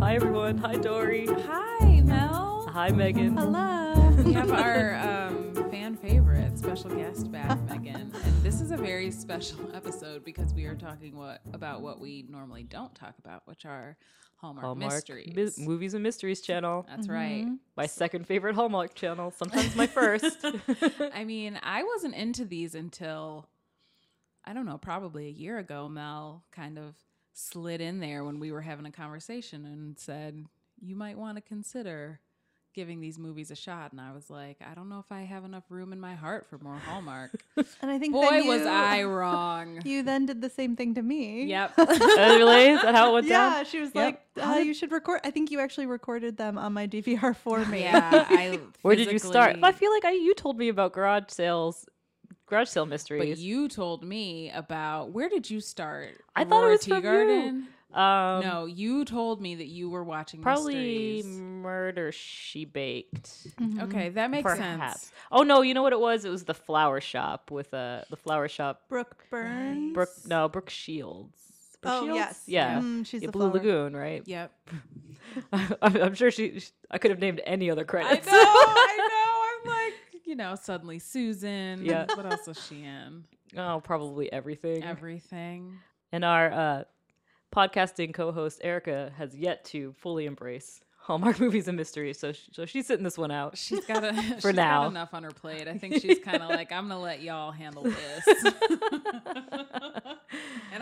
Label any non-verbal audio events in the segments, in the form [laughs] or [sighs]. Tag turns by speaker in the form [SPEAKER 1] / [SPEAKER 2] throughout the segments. [SPEAKER 1] Hi, everyone. Hi, Dory.
[SPEAKER 2] Hi, Mel.
[SPEAKER 1] Hi, Megan.
[SPEAKER 2] Hello.
[SPEAKER 3] We have our um, fan favorite special guest back, Megan. And this is a very special [laughs] episode because we are talking what about what we normally don't talk about, which are Hallmark,
[SPEAKER 1] Hallmark
[SPEAKER 3] mysteries.
[SPEAKER 1] Mi- Movies and Mysteries channel.
[SPEAKER 2] Oh,
[SPEAKER 3] That's right.
[SPEAKER 2] Mm-hmm.
[SPEAKER 1] My second favorite Hallmark channel. Sometimes my
[SPEAKER 2] [laughs]
[SPEAKER 1] first.
[SPEAKER 3] I mean, I wasn't into these until I don't know, probably a year ago. Mel kind of slid in there when we were having a conversation and said, "You might want to consider giving these movies a shot." And I was like, "I don't know if I have enough room in my heart for more
[SPEAKER 1] [laughs]
[SPEAKER 3] Hallmark."
[SPEAKER 2] And I think
[SPEAKER 3] Boy,
[SPEAKER 2] then
[SPEAKER 3] was
[SPEAKER 2] you-
[SPEAKER 3] I wrong.
[SPEAKER 2] [laughs] You then did the same thing to
[SPEAKER 1] [laughs]
[SPEAKER 2] me.
[SPEAKER 3] yep.
[SPEAKER 1] Oh, really? Is that how it went
[SPEAKER 2] Yeah,
[SPEAKER 1] down?
[SPEAKER 2] she was
[SPEAKER 1] Yep.
[SPEAKER 2] like, uh, "You should record." I think you actually recorded them on my DVR [laughs] for me.
[SPEAKER 3] yeah. I
[SPEAKER 1] [laughs] Where did you start?
[SPEAKER 3] physically-
[SPEAKER 1] I feel like I, you told me about garage sales, garage sale mysteries.
[SPEAKER 3] But you told me about where did you start?
[SPEAKER 1] I thought it
[SPEAKER 3] Aurora
[SPEAKER 1] was from you. um,
[SPEAKER 3] no, you told me that you were watching
[SPEAKER 1] probably
[SPEAKER 3] mysteries.
[SPEAKER 1] murder she baked.
[SPEAKER 2] Mhm.
[SPEAKER 3] Okay, that makes
[SPEAKER 1] perhaps.
[SPEAKER 3] sense.
[SPEAKER 1] Oh no, you know what it was? It was the flower shop with uh, the flower shop.
[SPEAKER 2] Brooke Burns.
[SPEAKER 1] Brooke, no, Brooke Shields. Brooke
[SPEAKER 2] Oh
[SPEAKER 1] Shields?
[SPEAKER 2] yes.
[SPEAKER 1] yeah.
[SPEAKER 2] Mm, she's
[SPEAKER 1] Yeah,
[SPEAKER 2] the
[SPEAKER 1] Blue
[SPEAKER 2] flower.
[SPEAKER 1] Lagoon, right? [laughs]
[SPEAKER 3] Yep.
[SPEAKER 1] I'm, I'm sure she, she. I could have named any other
[SPEAKER 3] I know,
[SPEAKER 1] credits. [laughs]
[SPEAKER 3] I know. I'm like, you know, suddenly Susan.
[SPEAKER 1] Yeah.
[SPEAKER 3] What else was
[SPEAKER 1] [laughs]
[SPEAKER 3] she in?
[SPEAKER 1] oh, probably everything.
[SPEAKER 3] Everything.
[SPEAKER 1] and our uh, podcasting co-host Erica has yet to fully embrace Hallmark [laughs] movies and mysteries, so sh- so she's sitting this one
[SPEAKER 3] [laughs]
[SPEAKER 1] out.
[SPEAKER 3] She's got a, she's
[SPEAKER 1] [laughs] For
[SPEAKER 3] got
[SPEAKER 1] now.
[SPEAKER 3] enough on her plate. I think
[SPEAKER 1] [laughs]
[SPEAKER 3] she's kind of like, I'm gonna let y'all handle this, and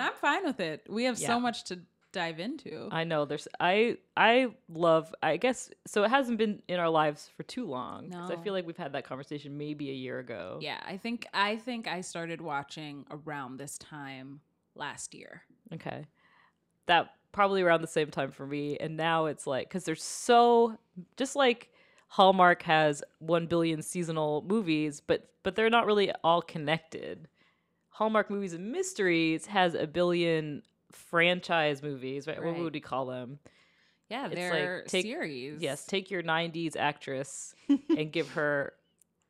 [SPEAKER 3] I'm fine with it. We have
[SPEAKER 1] Yeah.
[SPEAKER 3] so much to dive into.
[SPEAKER 1] I know there's I I love I guess so it hasn't been in our lives for too long 'cause I
[SPEAKER 3] No.
[SPEAKER 1] feel like we've had that conversation maybe a year ago.
[SPEAKER 3] yeah, I think I think I started watching around this time last year.
[SPEAKER 1] Okay. That probably around the same time for me. And now it's like, because there's so, just like Hallmark has 1 billion seasonal movies, but but they're not really all connected. Hallmark Movies and Mysteries has a billion franchise movies, right? What
[SPEAKER 3] Right.
[SPEAKER 1] would we call them?
[SPEAKER 3] Yeah,
[SPEAKER 1] It's like,
[SPEAKER 3] their
[SPEAKER 1] take-
[SPEAKER 3] series.
[SPEAKER 1] Yes, take your 90s
[SPEAKER 3] [laughs]
[SPEAKER 1] actress and give her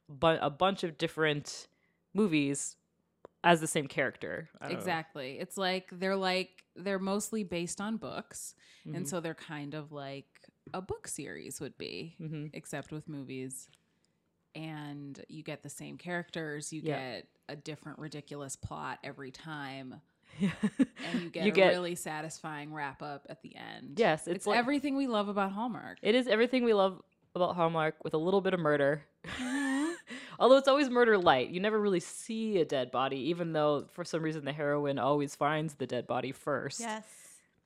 [SPEAKER 1] bu- a bunch of different movies as the same character. I don't know.
[SPEAKER 3] exactly. It's like they're like they're mostly based on books, and
[SPEAKER 1] Mhm.
[SPEAKER 3] so they're kind of like a book series would be.
[SPEAKER 1] Mhm.
[SPEAKER 3] except with movies. And you get the same characters, you
[SPEAKER 1] Yeah.
[SPEAKER 3] get a different ridiculous plot every time,
[SPEAKER 1] [laughs] Yeah. [laughs]
[SPEAKER 3] and you get,
[SPEAKER 1] You
[SPEAKER 3] a
[SPEAKER 1] get-
[SPEAKER 3] really satisfying wrap up at the end.
[SPEAKER 1] Yes, it's
[SPEAKER 3] it's,
[SPEAKER 1] like- Mm-hmm.
[SPEAKER 3] everything we love about Hallmark.
[SPEAKER 1] It is everything we love about Hallmark with a little bit of murder.
[SPEAKER 2] Mm-hmm.
[SPEAKER 1] [laughs] Although it's always murder light. You never really see a dead body, even though for some reason the heroine always finds the dead body first.
[SPEAKER 2] Yes.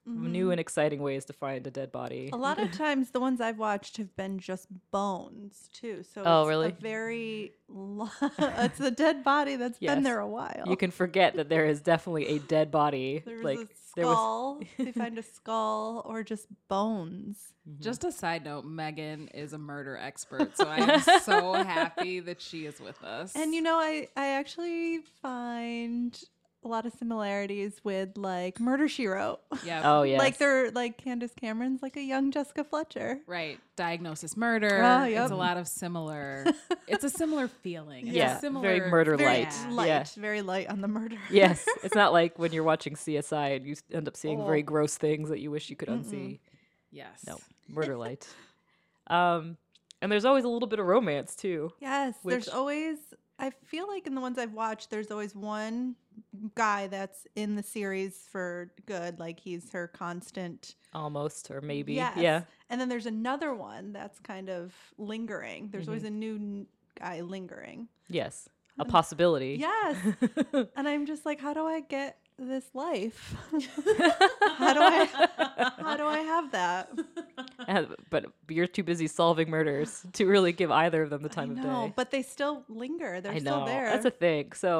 [SPEAKER 1] New
[SPEAKER 2] Mhm.
[SPEAKER 1] and exciting ways to find a dead body.
[SPEAKER 2] A lot
[SPEAKER 1] [laughs]
[SPEAKER 2] of times, the ones I've watched have been just bones too. So
[SPEAKER 1] Oh,
[SPEAKER 2] it's
[SPEAKER 1] really?
[SPEAKER 2] A very
[SPEAKER 1] [laughs]
[SPEAKER 2] lo- [laughs] it's a dead body that's
[SPEAKER 1] Yes.
[SPEAKER 2] been there a while.
[SPEAKER 1] You can forget that there is definitely a dead body.
[SPEAKER 2] [laughs] There was
[SPEAKER 1] like
[SPEAKER 2] a
[SPEAKER 1] there was-
[SPEAKER 2] skull. they
[SPEAKER 1] [laughs]
[SPEAKER 2] find a skull or just bones.
[SPEAKER 1] Mhm.
[SPEAKER 3] Just a side note, Megan is a murder expert, so I
[SPEAKER 1] [laughs]
[SPEAKER 3] am so happy that she is with us.
[SPEAKER 2] And you know, I I actually find a lot of similarities with like Murder She Wrote. [laughs]
[SPEAKER 3] yeah,
[SPEAKER 1] Oh yeah.
[SPEAKER 2] Like they're like Candace Cameron's like a young Jessica Fletcher.
[SPEAKER 3] right, diagnosis murder.
[SPEAKER 2] Ah,
[SPEAKER 3] It's
[SPEAKER 2] yep.
[SPEAKER 3] a lot of
[SPEAKER 1] [laughs]
[SPEAKER 3] similar. it's a similar feeling. It's a
[SPEAKER 1] Yeah,
[SPEAKER 3] similar,
[SPEAKER 1] very murder
[SPEAKER 2] Very
[SPEAKER 1] light.
[SPEAKER 2] light,
[SPEAKER 1] Yeah.
[SPEAKER 2] very light on the murder.
[SPEAKER 1] [laughs] Yes. It's not like when you're watching CSI and you s- end up seeing very
[SPEAKER 2] Oh.
[SPEAKER 1] gross things that you wish you could
[SPEAKER 2] Mm-mm.
[SPEAKER 1] unsee.
[SPEAKER 3] Yes.
[SPEAKER 1] No.
[SPEAKER 2] [laughs]
[SPEAKER 1] Murder light. um and there's always a little bit of romance too.
[SPEAKER 2] [laughs] Yes,
[SPEAKER 1] Which-
[SPEAKER 2] there's always. I feel like in the ones I've watched, there's always one guy that's in the series for good. Like he's her constant.
[SPEAKER 1] almost or maybe
[SPEAKER 2] Yes.
[SPEAKER 1] yeah
[SPEAKER 2] And then there's another one that's kind of lingering. There's always
[SPEAKER 1] Mm-hmm.
[SPEAKER 2] a new n- guy lingering.
[SPEAKER 1] yes
[SPEAKER 2] Um,
[SPEAKER 1] a possibility [laughs]
[SPEAKER 2] Yes. and I'm just like, how do I get this life? [laughs] how do
[SPEAKER 1] [laughs]
[SPEAKER 2] I how do I have that?
[SPEAKER 1] And- Uh, but you're too busy solving murders to really give either of them the time
[SPEAKER 2] I
[SPEAKER 1] of
[SPEAKER 2] know,
[SPEAKER 1] day
[SPEAKER 2] but they still linger. They're
[SPEAKER 1] i know
[SPEAKER 2] still there.
[SPEAKER 1] that's a thing so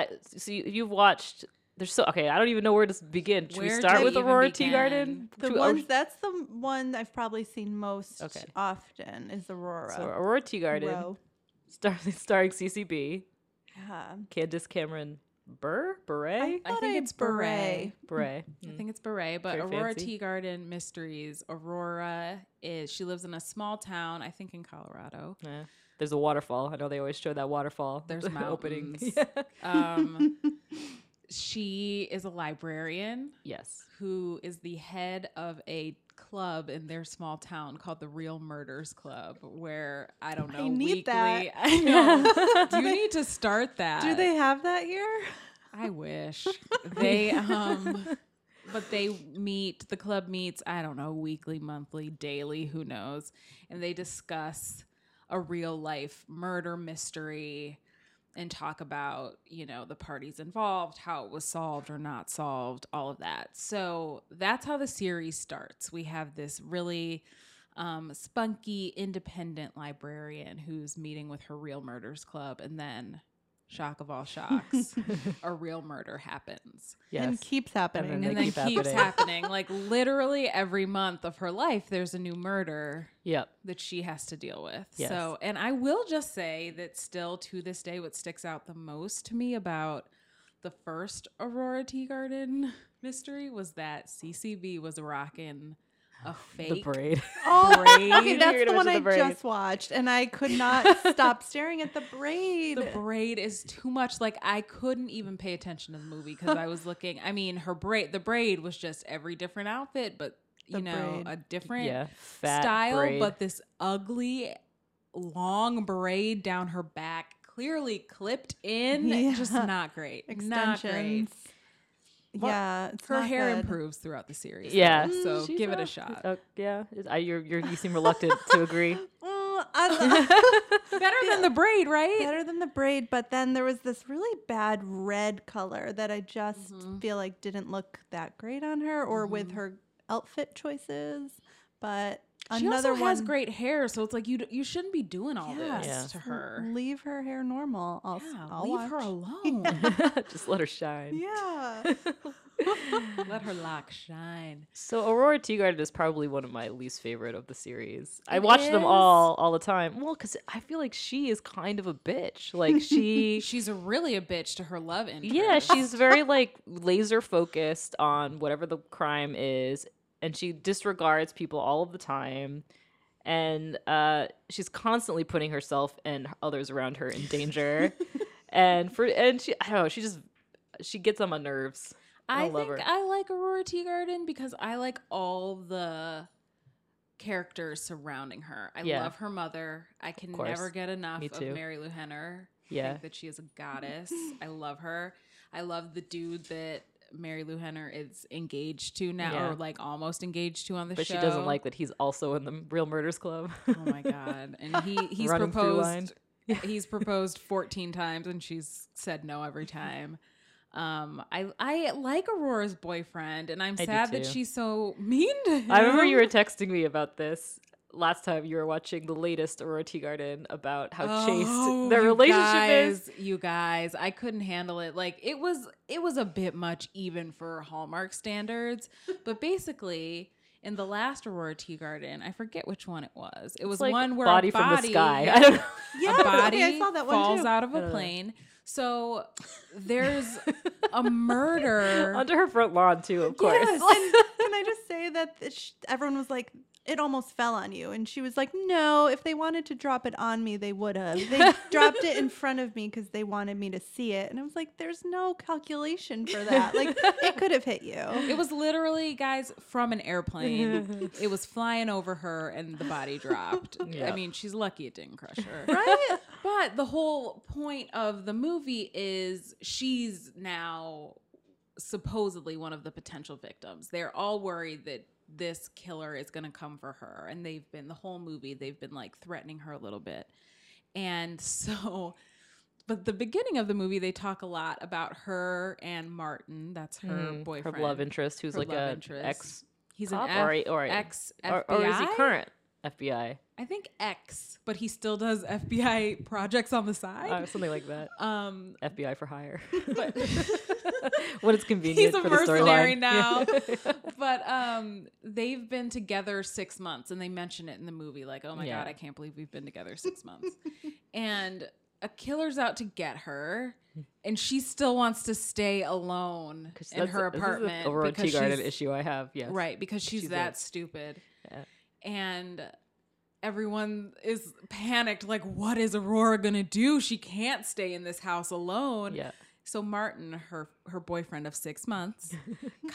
[SPEAKER 1] i so you, you've watched there's so okay i don't even know where to begin should we
[SPEAKER 3] Where
[SPEAKER 1] start
[SPEAKER 3] do
[SPEAKER 1] with
[SPEAKER 3] we even
[SPEAKER 1] aurora
[SPEAKER 3] begin?
[SPEAKER 1] teagarden
[SPEAKER 2] the
[SPEAKER 1] Should we- or-
[SPEAKER 2] ones that's the one I've probably seen most
[SPEAKER 1] Okay.
[SPEAKER 2] often is Aurora.
[SPEAKER 1] so aurora teagarden
[SPEAKER 2] Row.
[SPEAKER 1] star, [laughs] starring ccb
[SPEAKER 2] Yeah.
[SPEAKER 1] candace cameron burr beret
[SPEAKER 3] I
[SPEAKER 2] Thought
[SPEAKER 3] think
[SPEAKER 2] I
[SPEAKER 3] it's beret.
[SPEAKER 2] beret.
[SPEAKER 1] beret
[SPEAKER 2] Mm.
[SPEAKER 1] Mm.
[SPEAKER 3] I think it's beret, but
[SPEAKER 1] Very
[SPEAKER 3] Aurora
[SPEAKER 1] fancy.
[SPEAKER 3] Tea Garden Mysteries. Aurora is she lives in a small town, I think in Colorado.
[SPEAKER 1] Yeah. Eh, there's a [laughs] waterfall i know they always show that waterfall
[SPEAKER 3] There's
[SPEAKER 1] opening [laughs]
[SPEAKER 3] mountains. Um, she is a librarian
[SPEAKER 1] [laughs] Yes.
[SPEAKER 3] who is the head of a club in their small town called the Real Murders Club, where I don't
[SPEAKER 2] I
[SPEAKER 3] know
[SPEAKER 2] need
[SPEAKER 3] weekly.
[SPEAKER 1] [laughs]
[SPEAKER 2] that.
[SPEAKER 3] I know.
[SPEAKER 2] Do
[SPEAKER 3] Do you
[SPEAKER 2] [laughs] they-
[SPEAKER 3] need to start that?
[SPEAKER 2] Do they have that here?
[SPEAKER 3] I wish they. um But they meet. The club meets. I don't know, weekly, monthly, daily. Who knows? And they discuss a real life murder mystery and talk about you know the parties involved how it was solved or not solved all of that so that's how the series starts we have this really um, spunky independent librarian who's meeting with her real murders club and then shock of all shocks a real murder happens
[SPEAKER 1] yes.
[SPEAKER 2] And keeps happening.
[SPEAKER 1] they
[SPEAKER 3] and then
[SPEAKER 1] keep
[SPEAKER 3] keeps
[SPEAKER 1] happening. [laughs]
[SPEAKER 3] happening like literally every month of her life there's a new murder
[SPEAKER 1] yep.
[SPEAKER 3] that she has to deal with.
[SPEAKER 1] Yes.
[SPEAKER 3] So, and I will just say that still to this day, what sticks out the most to me about the first Aurora Tea Garden mystery was that CCB was rocking a fake.
[SPEAKER 1] The braid. [laughs]
[SPEAKER 2] Oh, okay,
[SPEAKER 1] Braid.
[SPEAKER 2] that's
[SPEAKER 1] You're
[SPEAKER 2] the
[SPEAKER 1] gonna
[SPEAKER 2] one I
[SPEAKER 1] mention the braid.
[SPEAKER 2] just watched, and I
[SPEAKER 1] [laughs]
[SPEAKER 2] could not stop staring at the braid.
[SPEAKER 3] The braid is too much. Like I couldn't even pay attention to the movie because I was looking. I mean, her braid, the braid was just every different outfit, but you
[SPEAKER 2] The
[SPEAKER 3] know,
[SPEAKER 2] braid.
[SPEAKER 3] a different
[SPEAKER 1] yeah. Fat
[SPEAKER 3] style,
[SPEAKER 1] braid.
[SPEAKER 3] but this ugly long braid down her back, clearly clipped in. Just
[SPEAKER 2] Yeah.
[SPEAKER 3] not great. Not great.
[SPEAKER 2] Extensions.
[SPEAKER 1] Well,
[SPEAKER 2] yeah, it's
[SPEAKER 3] Her
[SPEAKER 2] not
[SPEAKER 3] hair
[SPEAKER 2] good.
[SPEAKER 3] improves throughout the series. though,
[SPEAKER 1] yeah.
[SPEAKER 2] Mm,
[SPEAKER 3] so
[SPEAKER 1] She's
[SPEAKER 3] give it
[SPEAKER 1] a-
[SPEAKER 3] a shot.
[SPEAKER 1] uh, yeah. Is- I, you're, you're, you seem
[SPEAKER 3] [laughs]
[SPEAKER 1] reluctant to agree. [laughs]
[SPEAKER 2] Mm, I-
[SPEAKER 3] Better than the braid, right?
[SPEAKER 2] better than the braid, but then there was this really bad red color that I just
[SPEAKER 3] Mhm.
[SPEAKER 2] feel like didn't look that great on her or with
[SPEAKER 3] Mhm.
[SPEAKER 2] her outfit choices. But
[SPEAKER 3] She
[SPEAKER 2] another
[SPEAKER 3] also
[SPEAKER 2] one
[SPEAKER 3] has great hair, so it's like you d- you shouldn't be doing all
[SPEAKER 2] Yeah.
[SPEAKER 3] this
[SPEAKER 1] Yeah.
[SPEAKER 3] to
[SPEAKER 2] L-
[SPEAKER 3] her.
[SPEAKER 2] Leave her hair normal. Mm-hmm. I'll, s-
[SPEAKER 3] Yeah,
[SPEAKER 2] I'll
[SPEAKER 3] leave
[SPEAKER 2] watch.
[SPEAKER 3] her alone.
[SPEAKER 1] Just let her shine.
[SPEAKER 3] [laughs]
[SPEAKER 2] Yeah.
[SPEAKER 3] Let her lock shine.
[SPEAKER 1] So Aurora Tea Garden is probably one of my least favorite of the series. I
[SPEAKER 3] It
[SPEAKER 1] watch them
[SPEAKER 3] is?
[SPEAKER 1] all all the time. Well, because I feel like she is kind of a bitch. Like
[SPEAKER 3] [laughs]
[SPEAKER 1] she,
[SPEAKER 3] She's really a bitch to her love interest.
[SPEAKER 1] yeah, she's very like laser focused on whatever the crime is, and she disregards people all of the time. And uh, she's constantly putting herself and others around her in
[SPEAKER 3] [laughs]
[SPEAKER 1] danger. and for and she, I don't know, she just she gets on my nerves.
[SPEAKER 3] I,
[SPEAKER 1] I love
[SPEAKER 3] think
[SPEAKER 1] her.
[SPEAKER 3] I like Aurora Tea Garden because I like all the characters surrounding her. I
[SPEAKER 1] Yeah.
[SPEAKER 3] love her mother. I can
[SPEAKER 1] course.
[SPEAKER 3] never get enough
[SPEAKER 1] Me
[SPEAKER 3] of
[SPEAKER 1] too.
[SPEAKER 3] Mary Lou Henner. I
[SPEAKER 1] Yeah.
[SPEAKER 3] think that she is a goddess. I love her. I love the dude that Mary Lou Henner is engaged to now,
[SPEAKER 1] Yeah.
[SPEAKER 3] or like almost engaged to on the
[SPEAKER 1] But
[SPEAKER 3] show.
[SPEAKER 1] she doesn't like that he's also in the Real Murders
[SPEAKER 3] [laughs]
[SPEAKER 1] Club.
[SPEAKER 3] Oh my god! And
[SPEAKER 1] [laughs]
[SPEAKER 3] he he's
[SPEAKER 1] Running through
[SPEAKER 3] proposed uh,
[SPEAKER 1] lines. [laughs]
[SPEAKER 3] he's proposed 14 times and she's said no every time. Um, I I like Aurora's boyfriend, and I'm
[SPEAKER 1] do
[SPEAKER 3] sad that
[SPEAKER 1] too.
[SPEAKER 3] she's so mean to him.
[SPEAKER 1] I remember you were texting me about this last time you were watching the latest Aurora Tea Garden about how
[SPEAKER 3] Oh,
[SPEAKER 1] chaste their
[SPEAKER 3] you
[SPEAKER 1] relationship is.
[SPEAKER 3] guys, You guys, I couldn't handle it. Like it was it was a bit much even for Hallmark standards. But basically, in the last Aurora Tea Garden, I forget which one it was. It was
[SPEAKER 1] It's like
[SPEAKER 3] one where
[SPEAKER 1] body
[SPEAKER 3] a
[SPEAKER 1] from
[SPEAKER 3] body
[SPEAKER 1] the sky. [laughs] I don't know.
[SPEAKER 2] yeah.
[SPEAKER 3] a body
[SPEAKER 2] okay, I saw that
[SPEAKER 3] falls
[SPEAKER 2] one too.
[SPEAKER 3] out of
[SPEAKER 1] I
[SPEAKER 3] a
[SPEAKER 1] don't know.
[SPEAKER 3] plane. So
[SPEAKER 2] [laughs]
[SPEAKER 3] there's a murder.
[SPEAKER 1] Under her front lawn too, of course.
[SPEAKER 2] Yes. and can I just say that th- sh- everyone was like, it almost fell on you. And she was like, no, if they wanted to drop it on me, they would have. They dropped it in front of me because they wanted me to see it. And I was like, there's no calculation for that. Like, it could have hit you.
[SPEAKER 3] [laughs] it was literally guys from an
[SPEAKER 2] [laughs]
[SPEAKER 3] airplane. it was flying over her and the body dropped.
[SPEAKER 1] Yeah.
[SPEAKER 3] I mean, she's lucky it didn't crush her.
[SPEAKER 2] Right?
[SPEAKER 3] But the whole point of the movie is she's now supposedly one of the potential victims. They're all worried that this killer is going to come for her. And they've been, the whole movie, they've been like threatening her a little bit. And [laughs] so, but the beginning of the movie, they talk a lot about her and Martin. That's [laughs] her
[SPEAKER 1] Mhm.
[SPEAKER 3] boyfriend.
[SPEAKER 1] love interest, who's
[SPEAKER 3] Her
[SPEAKER 1] like
[SPEAKER 3] love
[SPEAKER 1] a
[SPEAKER 3] interest.
[SPEAKER 1] ex
[SPEAKER 3] He's
[SPEAKER 1] cop
[SPEAKER 3] an F,
[SPEAKER 1] or, a- or, a-
[SPEAKER 3] ex
[SPEAKER 1] or,
[SPEAKER 3] FBI.
[SPEAKER 1] or is he current FBI?
[SPEAKER 3] I think X, but he still does FBI [laughs] projects on the
[SPEAKER 1] Uh,
[SPEAKER 3] side.
[SPEAKER 1] something like
[SPEAKER 3] [laughs]
[SPEAKER 1] that.
[SPEAKER 3] um,
[SPEAKER 1] FBI for
[SPEAKER 3] [laughs]
[SPEAKER 1] hire.
[SPEAKER 3] but
[SPEAKER 1] [laughs] when it's convenient
[SPEAKER 3] he's a
[SPEAKER 1] for [laughs]
[SPEAKER 3] mercenary
[SPEAKER 1] the storyline.
[SPEAKER 3] now. but um, they've been together six months, and they mention it in the movie, like, "Oh my
[SPEAKER 1] Yeah.
[SPEAKER 3] god, I can't believe we've been together six months." [laughs] and a killer's out to get her, and she still wants to stay alone
[SPEAKER 1] 'Cause
[SPEAKER 3] in
[SPEAKER 1] that's-
[SPEAKER 3] her
[SPEAKER 1] this is an
[SPEAKER 3] apartment.
[SPEAKER 1] Aurora
[SPEAKER 3] because
[SPEAKER 1] Tea Garden
[SPEAKER 3] she's-
[SPEAKER 1] issue I have. Yes.
[SPEAKER 3] Right, because she's,
[SPEAKER 1] She's a-
[SPEAKER 3] that stupid.
[SPEAKER 1] Yeah.
[SPEAKER 3] And everyone is panicked like what is Aurora going to do? She can't stay in this house alone.
[SPEAKER 1] Yeah.
[SPEAKER 3] So Martin, her her boyfriend of six months,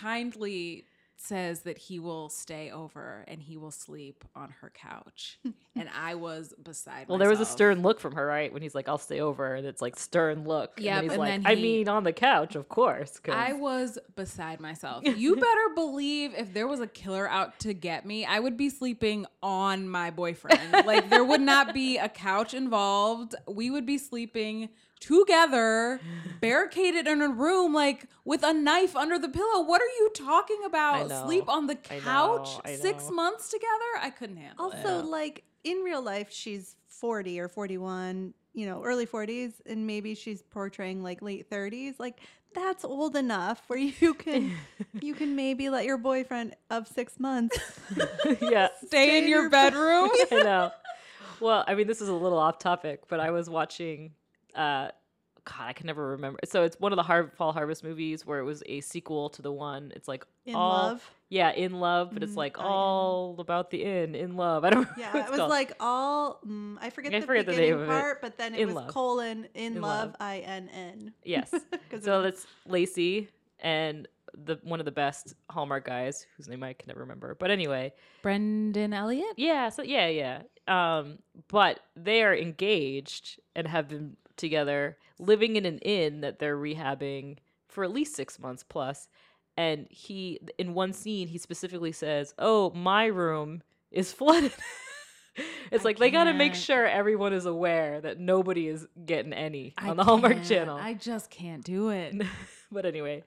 [SPEAKER 3] kindly says that he will stay over and he will sleep on her couch. And I was beside
[SPEAKER 1] Well, there was a
[SPEAKER 3] myself.
[SPEAKER 1] stern look from her, right? When he's like, "I'll stay over," and it's like stern look.
[SPEAKER 3] Yep,
[SPEAKER 1] and then he's
[SPEAKER 3] and
[SPEAKER 1] like,
[SPEAKER 3] then
[SPEAKER 1] "I
[SPEAKER 3] he-
[SPEAKER 1] mean, on the couch, of course." 'cause- [laughs]
[SPEAKER 3] I was beside myself. You better believe if there was a killer out to get me, I would be sleeping on my boyfriend. like there would not be a couch involved. We would be sleeping
[SPEAKER 1] [laughs]
[SPEAKER 3] together, barricaded in a room, like with a knife under the pillow. What are you talking about?
[SPEAKER 1] know.
[SPEAKER 3] Sleep on the
[SPEAKER 1] I know,
[SPEAKER 3] couch
[SPEAKER 1] I
[SPEAKER 3] six
[SPEAKER 1] know.
[SPEAKER 3] months together? I couldn't handle it.
[SPEAKER 2] Also, like in real life, she's 40 or 41, you know, early 40s, and maybe she's portraying like late 30s. Like that's old enough where you can
[SPEAKER 1] [laughs]
[SPEAKER 2] you can maybe let your boyfriend of six months.
[SPEAKER 1] yeah,
[SPEAKER 3] Stay in your
[SPEAKER 1] [laughs]
[SPEAKER 3] bedroom.
[SPEAKER 1] I know. Well, I mean, this is a little off topic, but I was watching. Uh, God, I can never remember. So it's one of the Har- Fall Harvest movies where it was a sequel to the one. It's like
[SPEAKER 2] In
[SPEAKER 1] all,
[SPEAKER 2] love.
[SPEAKER 1] Yeah, in love, but
[SPEAKER 2] Mm,
[SPEAKER 1] it's like
[SPEAKER 2] I know.
[SPEAKER 1] all about the in in love. [laughs] I don't. know
[SPEAKER 2] Yeah,
[SPEAKER 1] what it's
[SPEAKER 2] it was
[SPEAKER 1] called.
[SPEAKER 2] like all mm, I forget
[SPEAKER 1] I
[SPEAKER 2] the
[SPEAKER 1] forget the
[SPEAKER 2] beginning
[SPEAKER 1] name of it.
[SPEAKER 2] part, but then it
[SPEAKER 1] In
[SPEAKER 2] was
[SPEAKER 1] love.
[SPEAKER 2] colon in,
[SPEAKER 1] In
[SPEAKER 2] love,
[SPEAKER 1] love.
[SPEAKER 2] I N N. [laughs]
[SPEAKER 1] yes. so that's Lacey and the one of the best Hallmark guys whose name I can never remember. But anyway,
[SPEAKER 3] Brendan Elliott?
[SPEAKER 1] Yeah, so yeah, yeah. Um, but they are engaged and have been together, living in an inn that they're rehabbing for at least six months plus. And he, in one scene, he specifically says, "Oh, my room is [laughs] flooded." it's
[SPEAKER 3] I
[SPEAKER 1] like they got to make
[SPEAKER 3] can't.
[SPEAKER 1] sure everyone is aware that nobody is getting any on the Hallmark
[SPEAKER 3] can't.
[SPEAKER 1] Channel.
[SPEAKER 3] I just can't do it.
[SPEAKER 1] but anyway,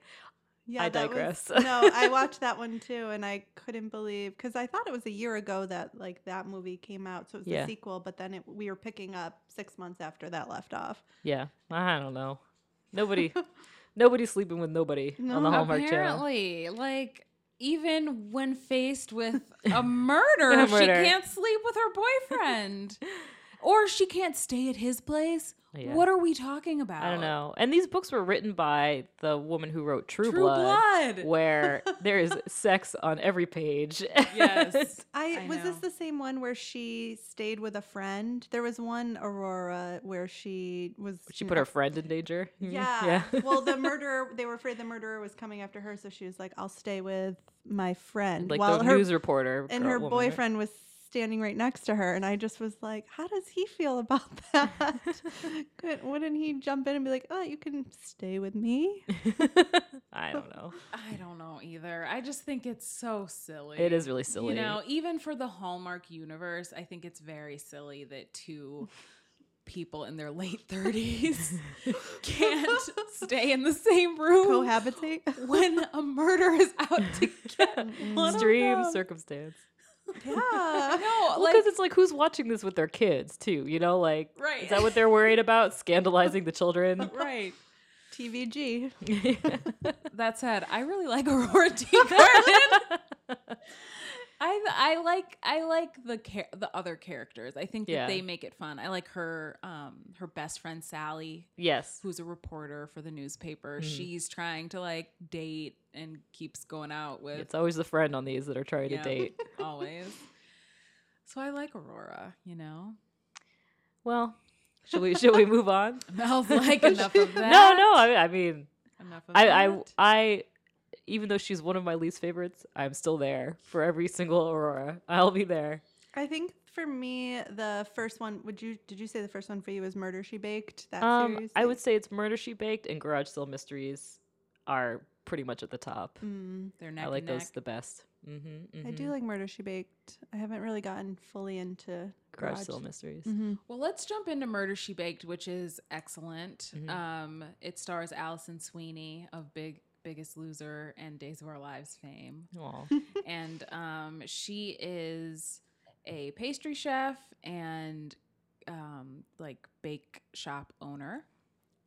[SPEAKER 2] Yeah,
[SPEAKER 1] I
[SPEAKER 2] that
[SPEAKER 1] digress.
[SPEAKER 2] Was, no,
[SPEAKER 1] [laughs]
[SPEAKER 2] I watched that one too, and I couldn't believe because I thought it was a year ago that like that movie came out, so it was
[SPEAKER 1] Yeah.
[SPEAKER 2] the sequel. But then it, we were picking up six months after that left off.
[SPEAKER 1] yeah, I don't know.
[SPEAKER 3] [laughs]
[SPEAKER 1] Nobody, nobody's sleeping with nobody on the
[SPEAKER 2] No.
[SPEAKER 1] Hallmark Channel.
[SPEAKER 3] Apparently, like even when faced with
[SPEAKER 1] [laughs]
[SPEAKER 3] a murder,
[SPEAKER 1] A
[SPEAKER 3] she
[SPEAKER 1] murder.
[SPEAKER 3] can't sleep with her
[SPEAKER 1] [laughs]
[SPEAKER 3] boyfriend, or she can't stay at his place.
[SPEAKER 1] Yeah.
[SPEAKER 3] What are we talking about?
[SPEAKER 1] I don't know. And these books were written by the woman who wrote True,
[SPEAKER 3] True
[SPEAKER 1] Blood, [laughs]
[SPEAKER 3] blood. [laughs]
[SPEAKER 1] where there is sex on every page. [laughs]
[SPEAKER 3] Yes.
[SPEAKER 2] I,
[SPEAKER 3] I
[SPEAKER 2] was this
[SPEAKER 3] know.
[SPEAKER 2] the same one where she stayed with a friend? There was one Aurora where she was.
[SPEAKER 1] she put her friend in danger. Mm-hmm. you mean?
[SPEAKER 2] Yeah. well, the murderer. They were afraid the murderer was coming after her, so she was like, "I'll stay with my
[SPEAKER 1] [laughs]
[SPEAKER 2] friend."
[SPEAKER 1] like
[SPEAKER 2] while
[SPEAKER 1] the
[SPEAKER 2] her
[SPEAKER 1] news reporter
[SPEAKER 2] and
[SPEAKER 1] girl-
[SPEAKER 2] her
[SPEAKER 1] woman, right?
[SPEAKER 2] boyfriend was standing right next to her and i just was like how does he feel about [laughs] that
[SPEAKER 1] [laughs]
[SPEAKER 2] Couldn't- wouldn't he jump in and be like oh you can stay
[SPEAKER 1] [laughs]
[SPEAKER 2] with me
[SPEAKER 1] I don't
[SPEAKER 3] [laughs]
[SPEAKER 1] know.
[SPEAKER 3] I don't know either. I just think it's so silly.
[SPEAKER 1] It is really silly. [laughs]
[SPEAKER 3] You know, even for the Hallmark universe, I think it's very silly
[SPEAKER 1] [laughs]
[SPEAKER 3] that two people in their late 30s
[SPEAKER 1] [laughs]
[SPEAKER 3] can't stay in the same room.
[SPEAKER 2] cohabitate [laughs]
[SPEAKER 3] when a murder is out
[SPEAKER 1] [laughs]
[SPEAKER 3] to get one
[SPEAKER 1] Extreme
[SPEAKER 3] of them.
[SPEAKER 1] circumstance.
[SPEAKER 3] [laughs]
[SPEAKER 2] yeah
[SPEAKER 1] Because
[SPEAKER 3] No, like
[SPEAKER 1] it's like who's watching this with their kids too? You know, like
[SPEAKER 3] Right.
[SPEAKER 1] is that what they're worried about? Scandalizing the children. [laughs]
[SPEAKER 3] [laughs] right.
[SPEAKER 2] tvg
[SPEAKER 3] That said, I really
[SPEAKER 1] [laughs]
[SPEAKER 3] like Aurora Tea Garden. I I like I like the char- the other characters. I think that
[SPEAKER 1] Yeah.
[SPEAKER 3] they make it fun. I like her um her best friend Sally,
[SPEAKER 1] yes.
[SPEAKER 3] who's a reporter for the newspaper.
[SPEAKER 1] Mhm.
[SPEAKER 3] She's trying to like date and keeps going out with
[SPEAKER 1] It's always the friend on these that are trying
[SPEAKER 3] Yeah.
[SPEAKER 1] to date. [laughs]
[SPEAKER 3] always. So I like Aurora,
[SPEAKER 1] [laughs]
[SPEAKER 3] you know. [laughs]
[SPEAKER 1] Well, should we should we move on?
[SPEAKER 3] Mel's like enough of
[SPEAKER 1] [laughs]
[SPEAKER 3] that.
[SPEAKER 1] No, no. I mean, I mean,
[SPEAKER 3] Enough of
[SPEAKER 1] I, I,
[SPEAKER 3] that.
[SPEAKER 1] I, even though she's one of my least favorites, I'm still there for every single Aurora. I'll be there.
[SPEAKER 2] i think for me the first one would you did you say the first one for you was murder she baked that
[SPEAKER 1] Um,
[SPEAKER 2] series
[SPEAKER 1] I would say it's Murder She Baked and Garage Sale Mysteries are pretty much at the top.
[SPEAKER 2] Mm,
[SPEAKER 3] They're neck
[SPEAKER 1] I like
[SPEAKER 3] and neck.
[SPEAKER 1] those the best. Mm-hmm,
[SPEAKER 2] i do like murder she baked i haven't really gotten fully into
[SPEAKER 1] Garage Sale Mysteries.
[SPEAKER 2] Mhm.
[SPEAKER 3] Well, let's jump into Murder She Baked, which is excellent.
[SPEAKER 1] Mhm.
[SPEAKER 3] Um, it stars Allison Sweeney of Big Biggest Loser and Days of Our Lives
[SPEAKER 1] [laughs]
[SPEAKER 3] fame, [laughs]
[SPEAKER 1] Aw.
[SPEAKER 3] and um, she is a pastry chef and um, like bake shop owner.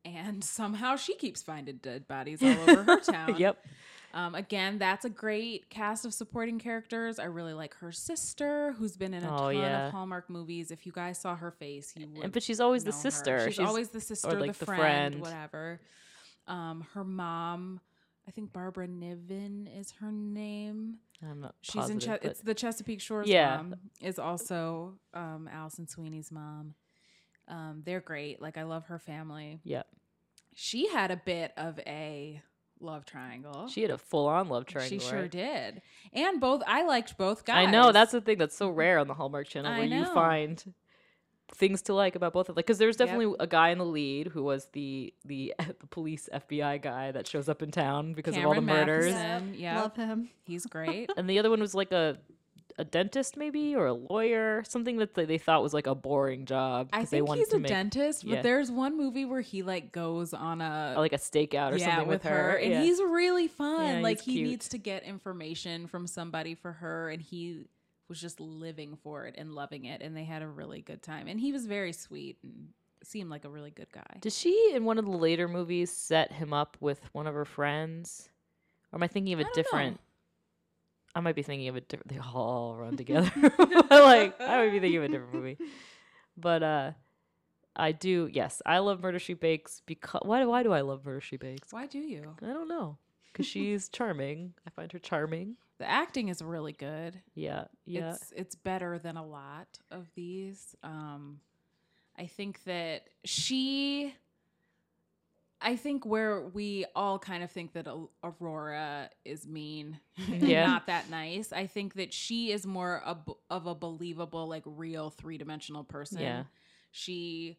[SPEAKER 3] And [laughs] somehow she keeps finding dead bodies all over
[SPEAKER 1] [laughs]
[SPEAKER 3] her town.
[SPEAKER 1] yep.
[SPEAKER 3] Um, again, that's a great cast of supporting characters. I really like her sister, who's been in a
[SPEAKER 1] Oh,
[SPEAKER 3] ton
[SPEAKER 1] yeah.
[SPEAKER 3] of Hallmark movies. If you guys saw her face, you would.
[SPEAKER 1] And, but she's always the
[SPEAKER 3] know her.
[SPEAKER 1] sister.
[SPEAKER 3] She's, always the sister,
[SPEAKER 1] like,
[SPEAKER 3] the,
[SPEAKER 1] the
[SPEAKER 3] friend,
[SPEAKER 1] friend.
[SPEAKER 3] whatever. Um, her mom, I think Barbara Niven is her name.
[SPEAKER 1] I'm not
[SPEAKER 3] She's in. Ch-
[SPEAKER 1] positive, but-
[SPEAKER 3] it's the Chesapeake Shores.
[SPEAKER 1] Yeah.
[SPEAKER 3] mom is also um, Allison Sweeney's mom. Um, they're great. Like I love her family.
[SPEAKER 1] Yep.
[SPEAKER 3] she had a bit of a love triangle.
[SPEAKER 1] She had a full on love triangle.
[SPEAKER 3] She sure
[SPEAKER 1] right?
[SPEAKER 3] did. And both I liked both guys. Mm-hmm.
[SPEAKER 1] I know that's the thing that's so rare on the Hallmark Channel
[SPEAKER 3] I
[SPEAKER 1] where you
[SPEAKER 3] know.
[SPEAKER 1] find things to like about both of them. Because there's
[SPEAKER 3] Yep.
[SPEAKER 1] definitely a guy in the lead who was the the [laughs] the police FBI guy that shows up in town because of all the
[SPEAKER 3] Cameron
[SPEAKER 1] murders,
[SPEAKER 3] Matheson, Yeah.
[SPEAKER 2] Love him.
[SPEAKER 3] He's great.
[SPEAKER 1] and the other one was like a a dentist maybe or a lawyer, something that they, they thought was like a boring job.
[SPEAKER 3] I
[SPEAKER 1] 'cause they
[SPEAKER 3] think
[SPEAKER 1] wanted
[SPEAKER 3] he's
[SPEAKER 1] to
[SPEAKER 3] a
[SPEAKER 1] make,
[SPEAKER 3] dentist, but
[SPEAKER 1] yeah.
[SPEAKER 3] there's one movie where he like goes on a
[SPEAKER 1] like a stakeout or something with, her.
[SPEAKER 3] and
[SPEAKER 1] Yeah.
[SPEAKER 3] he's really fun.
[SPEAKER 1] Yeah,
[SPEAKER 3] like
[SPEAKER 1] he's
[SPEAKER 3] he
[SPEAKER 1] cute.
[SPEAKER 3] needs to get information from somebody for her, and he was just living for it and loving it, and they had a really good time. And he was very sweet and seemed like a really good guy.
[SPEAKER 1] Does she in one of the later movies set him up with one of her friends? Or am I thinking of
[SPEAKER 3] I
[SPEAKER 1] a
[SPEAKER 3] don't know.
[SPEAKER 1] different? I might be thinking of a different. They all run together. [laughs] [laughs] like I might be thinking of a different movie. But uh, I do. Yes, I love Murder She Bakes because why? Why do I love Murder She Bakes?
[SPEAKER 3] Why do you?
[SPEAKER 1] I don't know. Because
[SPEAKER 3] [laughs]
[SPEAKER 1] she's charming. I find her charming.
[SPEAKER 3] The acting is really good.
[SPEAKER 1] Yeah, yeah.
[SPEAKER 3] It's it's better than a lot of these. Um I think that she I think where we all kind of think that Au- Aurora is mean, and
[SPEAKER 1] Yeah.
[SPEAKER 3] not that nice. I think that she is more a b of a believable, like real three dimensional person.
[SPEAKER 1] Yeah.
[SPEAKER 3] She,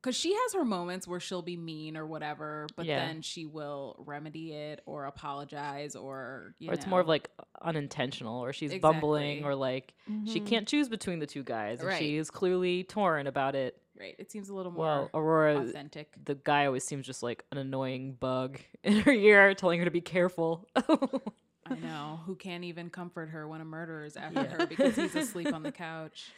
[SPEAKER 3] because she has her moments where she'll be mean or whatever, but
[SPEAKER 1] Yeah.
[SPEAKER 3] then she will remedy it or apologize or you
[SPEAKER 1] or it's more of
[SPEAKER 3] know.
[SPEAKER 1] like unintentional, or she's bumbling,
[SPEAKER 3] Exactly. Mm-hmm.
[SPEAKER 1] or like she
[SPEAKER 2] Mhm. [laughs]
[SPEAKER 1] can't choose between the two guys, and
[SPEAKER 3] Right.
[SPEAKER 1] she is clearly torn about it.
[SPEAKER 3] right. It seems a little more
[SPEAKER 1] Well, Aurora,
[SPEAKER 3] authentic.
[SPEAKER 1] the guy always seems just like an annoying bug [laughs] in her ear, telling her to be careful. [laughs]
[SPEAKER 3] I know who can't even comfort her when a murderer is after
[SPEAKER 1] Yeah.
[SPEAKER 3] her because he's
[SPEAKER 1] [laughs]
[SPEAKER 3] asleep on the couch.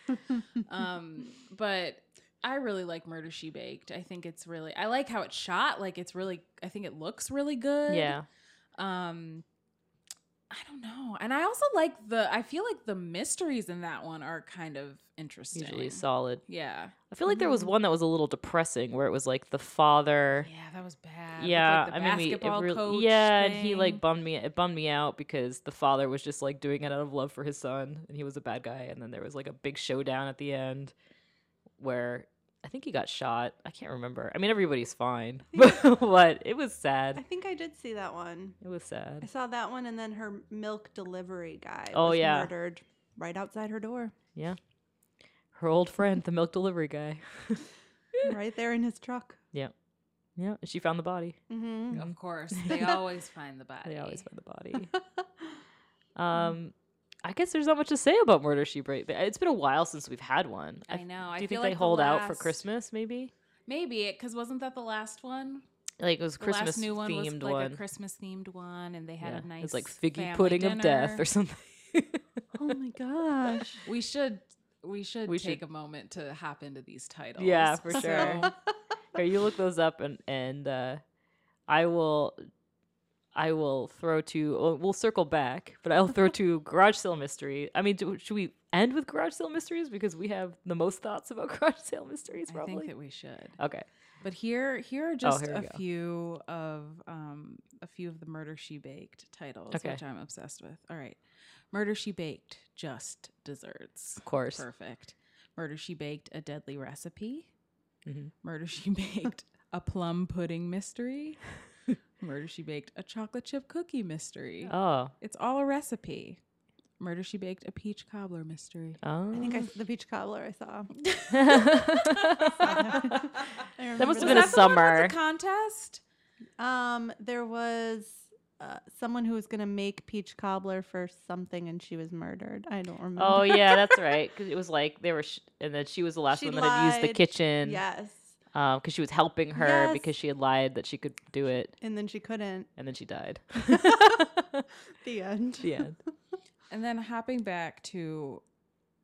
[SPEAKER 3] Um, but I really like Murder She Baked. I think it's really I like how it's shot. Like it's really I think it looks really good.
[SPEAKER 1] yeah,
[SPEAKER 3] Um, I don't know, and I also like the I feel like the mysteries in that one are kind of interesting.
[SPEAKER 1] usually solid.
[SPEAKER 3] Yeah.
[SPEAKER 1] I feel like there was
[SPEAKER 3] Mm-hmm.
[SPEAKER 2] Mhm.
[SPEAKER 1] one that was a little depressing, where it was like the father.
[SPEAKER 3] Yeah, that was bad.
[SPEAKER 1] Yeah,
[SPEAKER 3] with, like, the
[SPEAKER 1] I mean, we, it
[SPEAKER 3] basketball
[SPEAKER 1] really-
[SPEAKER 3] coach
[SPEAKER 1] yeah, and he
[SPEAKER 3] thing.
[SPEAKER 1] like bummed me. It bummed me out because the father was just like doing it out of love for his son, and he was a bad guy. And then there was like a big showdown at the end, where I think he got shot. I can't remember. I mean, everybody's
[SPEAKER 3] [laughs]
[SPEAKER 1] fine, [laughs] but it was
[SPEAKER 2] I
[SPEAKER 1] sad.
[SPEAKER 2] think I did see that one.
[SPEAKER 1] It was sad.
[SPEAKER 2] I saw that one, and then her milk delivery guy.
[SPEAKER 1] Oh,
[SPEAKER 2] was
[SPEAKER 1] yeah.
[SPEAKER 2] murdered right outside her door,
[SPEAKER 1] Yeah. Her old friend, the milk delivery guy.
[SPEAKER 2] right there in his truck.
[SPEAKER 1] yeah, she found the body.
[SPEAKER 2] Mm-hmm.
[SPEAKER 1] [laughs]
[SPEAKER 3] Of course, they always find the body.
[SPEAKER 1] They always find the body.
[SPEAKER 3] [laughs]
[SPEAKER 1] um, I guess there's not much to say about Murder She Wrote. but It's been a while since we've had one.
[SPEAKER 3] I
[SPEAKER 1] f-
[SPEAKER 3] know. I
[SPEAKER 1] Do you think
[SPEAKER 3] feel
[SPEAKER 1] they
[SPEAKER 3] like the
[SPEAKER 1] hold out for
[SPEAKER 3] last-
[SPEAKER 1] Christmas? Maybe
[SPEAKER 3] Maybe because wasn't that the last one?
[SPEAKER 1] like it was
[SPEAKER 3] The
[SPEAKER 1] Christmas
[SPEAKER 3] last new one was
[SPEAKER 1] themed
[SPEAKER 3] like
[SPEAKER 1] one.
[SPEAKER 3] a Christmas themed one, and they had
[SPEAKER 1] Yeah,
[SPEAKER 3] a nice.
[SPEAKER 1] it's like figgy
[SPEAKER 3] family
[SPEAKER 1] pudding of death
[SPEAKER 3] dinner.
[SPEAKER 1] or something.
[SPEAKER 2] [laughs]
[SPEAKER 1] [laughs]
[SPEAKER 2] oh my gosh.
[SPEAKER 3] We should we should
[SPEAKER 1] We
[SPEAKER 3] take
[SPEAKER 1] should-
[SPEAKER 3] a moment to hop into these titles.
[SPEAKER 1] Yeah, for
[SPEAKER 3] So,
[SPEAKER 1] sure. Here, you look those up, and and uh, I will. I will throw to. oh, We'll circle back, but I'll throw
[SPEAKER 2] [laughs]
[SPEAKER 1] to garage sale mystery. I mean, do, should we end with garage sale mysteries because we have the most thoughts about [laughs] garage sale mysteries?
[SPEAKER 3] I think
[SPEAKER 1] Probably.
[SPEAKER 3] that we should.
[SPEAKER 1] Okay.
[SPEAKER 3] But here here are just
[SPEAKER 1] here we go.
[SPEAKER 3] a few of um a few of the Murder She Baked titles,
[SPEAKER 1] Okay.
[SPEAKER 3] which I'm obsessed with. All right. Murder She Baked, just desserts.
[SPEAKER 1] Of course.
[SPEAKER 3] Perfect. Murder She Baked, a deadly recipe.
[SPEAKER 1] Mhm.
[SPEAKER 3] Murder She [laughs] Baked, a plum pudding
[SPEAKER 1] [laughs]
[SPEAKER 3] mystery. Murder She Baked, a chocolate chip cookie mystery.
[SPEAKER 1] Oh.
[SPEAKER 3] It's all a recipe. Murder She Baked, a peach cobbler mystery.
[SPEAKER 1] Oh.
[SPEAKER 2] I think I, the beach cobbler
[SPEAKER 1] [laughs]
[SPEAKER 2] I saw. [laughs] I
[SPEAKER 1] That must
[SPEAKER 2] remember
[SPEAKER 1] have been a
[SPEAKER 3] Was that the one
[SPEAKER 1] summer.
[SPEAKER 3] with the contest.
[SPEAKER 2] Um, there was uh, someone who was going to make peach cobbler for something, and she was murdered. I don't remember.
[SPEAKER 1] [laughs] oh yeah, that's right. Because it was like they were, sh- and then she was the last
[SPEAKER 2] She
[SPEAKER 1] one that had used the
[SPEAKER 2] lied.
[SPEAKER 1] kitchen.
[SPEAKER 2] yes.
[SPEAKER 1] Because she was helping her
[SPEAKER 2] Yes.
[SPEAKER 1] because she had lied that she could do it,
[SPEAKER 2] And then she couldn't.
[SPEAKER 1] and then she died. [laughs]
[SPEAKER 2] [laughs] The end.
[SPEAKER 1] the end.
[SPEAKER 3] And then hopping back to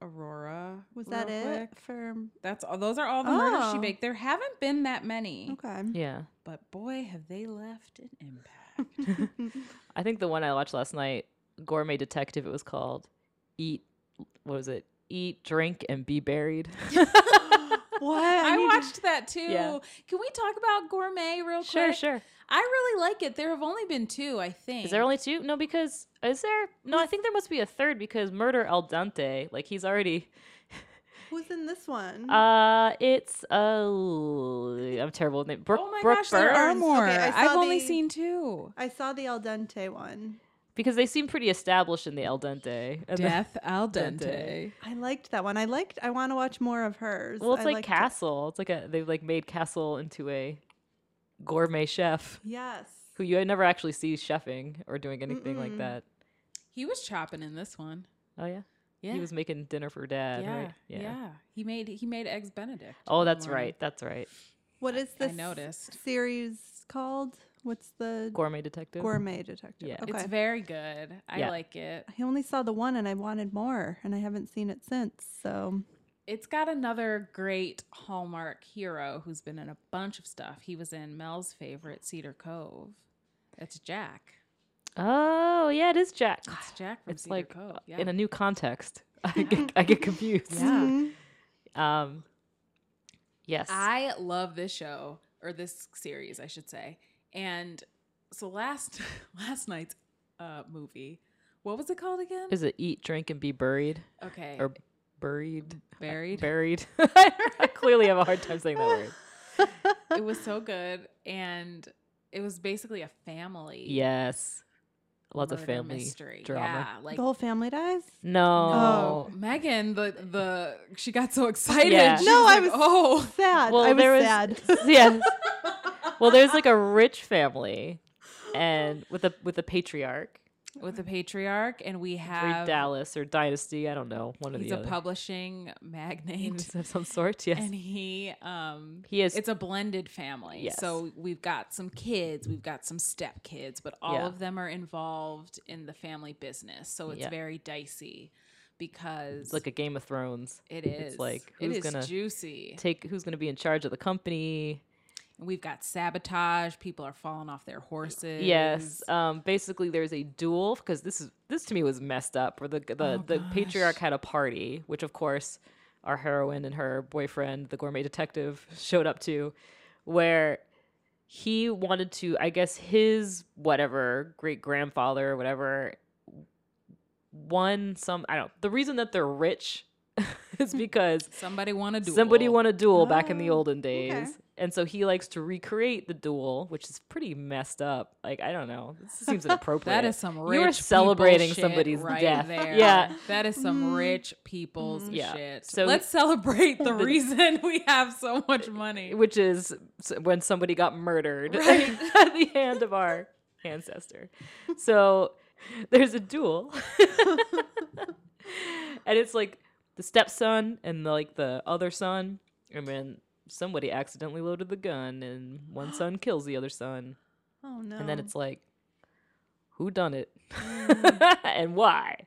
[SPEAKER 3] Aurora.
[SPEAKER 2] Was that
[SPEAKER 3] real
[SPEAKER 2] it
[SPEAKER 3] quick.
[SPEAKER 2] for?
[SPEAKER 3] That's all. Those are all the murders she
[SPEAKER 2] Oh.
[SPEAKER 3] baked. There haven't been that many,
[SPEAKER 2] Okay.
[SPEAKER 1] [laughs]
[SPEAKER 2] [laughs]
[SPEAKER 1] Yeah.
[SPEAKER 3] but boy, have they left an impact.
[SPEAKER 1] [laughs] I think the one I watched last night, Gourmet Detective, it was called. Eat, what was it? Eat, drink, and be buried. [laughs]
[SPEAKER 2] What?
[SPEAKER 3] I,
[SPEAKER 2] need to-
[SPEAKER 3] watched that too.
[SPEAKER 1] Yeah.
[SPEAKER 3] Can we talk about gourmet real quick?
[SPEAKER 1] sure, sure.
[SPEAKER 3] I really like it. There have only been two, I think.
[SPEAKER 1] Is there only two? No, because is there? No, I think there must be a third because murder al dente. Like he's already
[SPEAKER 2] Who's in this one?
[SPEAKER 1] Uh, it's oh, I'm terrible with name. Brooke,
[SPEAKER 3] oh my
[SPEAKER 1] Brooke
[SPEAKER 3] gosh, there are
[SPEAKER 2] Burns.
[SPEAKER 3] more.
[SPEAKER 2] Okay, I saw
[SPEAKER 3] I've only
[SPEAKER 2] the-
[SPEAKER 3] seen two.
[SPEAKER 2] I saw the al dente one.
[SPEAKER 1] because they seem pretty established in the El Dente. And then- [laughs]
[SPEAKER 3] Death al
[SPEAKER 1] Dente.
[SPEAKER 3] dente.
[SPEAKER 2] I liked that one. I liked. I want to watch more of hers.
[SPEAKER 1] well, it's
[SPEAKER 2] I
[SPEAKER 1] like
[SPEAKER 2] liked it.
[SPEAKER 1] Castle. It's like a they've like made Castle into a gourmet chef
[SPEAKER 2] Yes.
[SPEAKER 1] who you never actually see chefing or doing anything like
[SPEAKER 2] Mm-mm.
[SPEAKER 1] that.
[SPEAKER 3] He was chopping in this one.
[SPEAKER 1] Oh yeah?
[SPEAKER 3] Yeah.
[SPEAKER 1] he was making dinner for dad.
[SPEAKER 3] yeah,
[SPEAKER 1] right?
[SPEAKER 3] yeah. He made he made eggs benedict.
[SPEAKER 1] Oh,
[SPEAKER 3] in the
[SPEAKER 1] that's
[SPEAKER 3] morning.
[SPEAKER 1] right. That's right.
[SPEAKER 2] What is
[SPEAKER 3] I
[SPEAKER 2] this
[SPEAKER 3] noticed.
[SPEAKER 2] series called? What's the
[SPEAKER 1] Gourmet detective.
[SPEAKER 2] gourmet detective?
[SPEAKER 1] Yeah.
[SPEAKER 2] Okay.
[SPEAKER 3] It's very good. I
[SPEAKER 1] Yeah.
[SPEAKER 3] like it.
[SPEAKER 2] I only saw the one and I wanted more, and I haven't seen it since. So
[SPEAKER 3] It's got another great Hallmark hero who's been in a bunch of stuff. He was in Mel's favorite Cedar Cove. That's Jack.
[SPEAKER 1] Oh yeah, it is Jack.
[SPEAKER 3] It's Jack from
[SPEAKER 1] It's
[SPEAKER 3] Cedar
[SPEAKER 1] like
[SPEAKER 3] Cove.
[SPEAKER 1] uh,
[SPEAKER 3] Yeah.
[SPEAKER 1] in a new context. [laughs] I get, I get confused.
[SPEAKER 3] Yeah.
[SPEAKER 2] Mhm.
[SPEAKER 1] Um. Yes.
[SPEAKER 3] [laughs] I love this show or this series, I should say. And so last [laughs] last night's uh, movie, what was it called again?
[SPEAKER 1] Is it eat, drink, and be buried?
[SPEAKER 3] okay,
[SPEAKER 1] Or buried?
[SPEAKER 3] buried.
[SPEAKER 1] Buried. [laughs]
[SPEAKER 3] [laughs]
[SPEAKER 1] I clearly have a hard time saying that
[SPEAKER 2] [laughs]
[SPEAKER 1] word.
[SPEAKER 3] it was so good, and it was basically a family.
[SPEAKER 1] Yes. Lots of
[SPEAKER 3] murder
[SPEAKER 1] family
[SPEAKER 3] mystery.
[SPEAKER 1] drama.
[SPEAKER 3] Yeah, like
[SPEAKER 2] the whole family dies.
[SPEAKER 1] No.
[SPEAKER 3] no, Megan, the the she got so excited.
[SPEAKER 1] Yeah.
[SPEAKER 3] She
[SPEAKER 2] No, I
[SPEAKER 3] like,
[SPEAKER 2] was-
[SPEAKER 3] oh. [laughs]
[SPEAKER 2] Sad.
[SPEAKER 1] Well,
[SPEAKER 2] I was
[SPEAKER 1] there was- [laughs]
[SPEAKER 2] sad.
[SPEAKER 1] yes. Well, there's like a rich family, and with a with a patriarch,
[SPEAKER 3] With the patriarch, and we
[SPEAKER 1] Three
[SPEAKER 3] have
[SPEAKER 1] Dallas or dynasty. I don't know. One of
[SPEAKER 3] he's
[SPEAKER 1] the
[SPEAKER 3] a
[SPEAKER 1] other. [laughs]
[SPEAKER 3] publishing [laughs] magnate,
[SPEAKER 1] of some sort. Yes.
[SPEAKER 3] and he um
[SPEAKER 1] he is.
[SPEAKER 3] It's a blended family.
[SPEAKER 1] Yes.
[SPEAKER 3] So we've got some kids, we've got some stepkids, but all
[SPEAKER 1] Yeah.
[SPEAKER 3] of them are involved in the family business. So it's
[SPEAKER 1] Yeah.
[SPEAKER 3] very dicey because
[SPEAKER 1] it's like a Game of Thrones.
[SPEAKER 3] it
[SPEAKER 1] it's
[SPEAKER 3] is
[SPEAKER 1] like,
[SPEAKER 3] it
[SPEAKER 1] who's
[SPEAKER 3] is
[SPEAKER 1] gonna
[SPEAKER 3] juicy.
[SPEAKER 1] Take who's going to be in charge of the company.
[SPEAKER 3] And we've got sabotage, people are falling off their horses.
[SPEAKER 1] Yes. Um, basically, there's a duel because this is this to me was messed up. Where the the,
[SPEAKER 3] Oh,
[SPEAKER 1] the
[SPEAKER 3] gosh.
[SPEAKER 1] patriarch had a party, which of course our heroine and her boyfriend, the gourmet detective, [laughs] showed up to, where he wanted to, I guess, his whatever great grandfather or whatever won some. I don't. The reason that they're rich [laughs]
[SPEAKER 3] [laughs]
[SPEAKER 1] is because
[SPEAKER 3] Somebody won a duel.
[SPEAKER 1] Somebody won a duel back in the
[SPEAKER 2] Oh,
[SPEAKER 1] olden days.
[SPEAKER 2] okay.
[SPEAKER 1] And so he likes to recreate the duel, which is pretty messed up. Like, I don't know.
[SPEAKER 3] [laughs]
[SPEAKER 1] This seems inappropriate.
[SPEAKER 3] That is some rich
[SPEAKER 1] are
[SPEAKER 3] people
[SPEAKER 1] celebrating
[SPEAKER 3] shit
[SPEAKER 1] somebody's
[SPEAKER 3] right
[SPEAKER 1] death.
[SPEAKER 3] There.
[SPEAKER 1] Yeah. Mm-hmm.
[SPEAKER 3] That is some
[SPEAKER 2] Mm.
[SPEAKER 3] rich people's
[SPEAKER 2] Mhm.
[SPEAKER 1] Yeah.
[SPEAKER 3] shit.
[SPEAKER 1] So-
[SPEAKER 3] So let's celebrate the
[SPEAKER 1] The-
[SPEAKER 3] reason [laughs] we have so much money.
[SPEAKER 1] Which is s- when somebody got murdered [laughs]
[SPEAKER 3] Right.
[SPEAKER 1] at the hand of our ancestor. So there's a duel. [laughs] and it's like the stepson and like the other son. And then somebody accidentally loaded the gun, and one son kills the other son.
[SPEAKER 2] Oh no.
[SPEAKER 1] and then it's like who done it
[SPEAKER 2] Mm.
[SPEAKER 1] [laughs] and why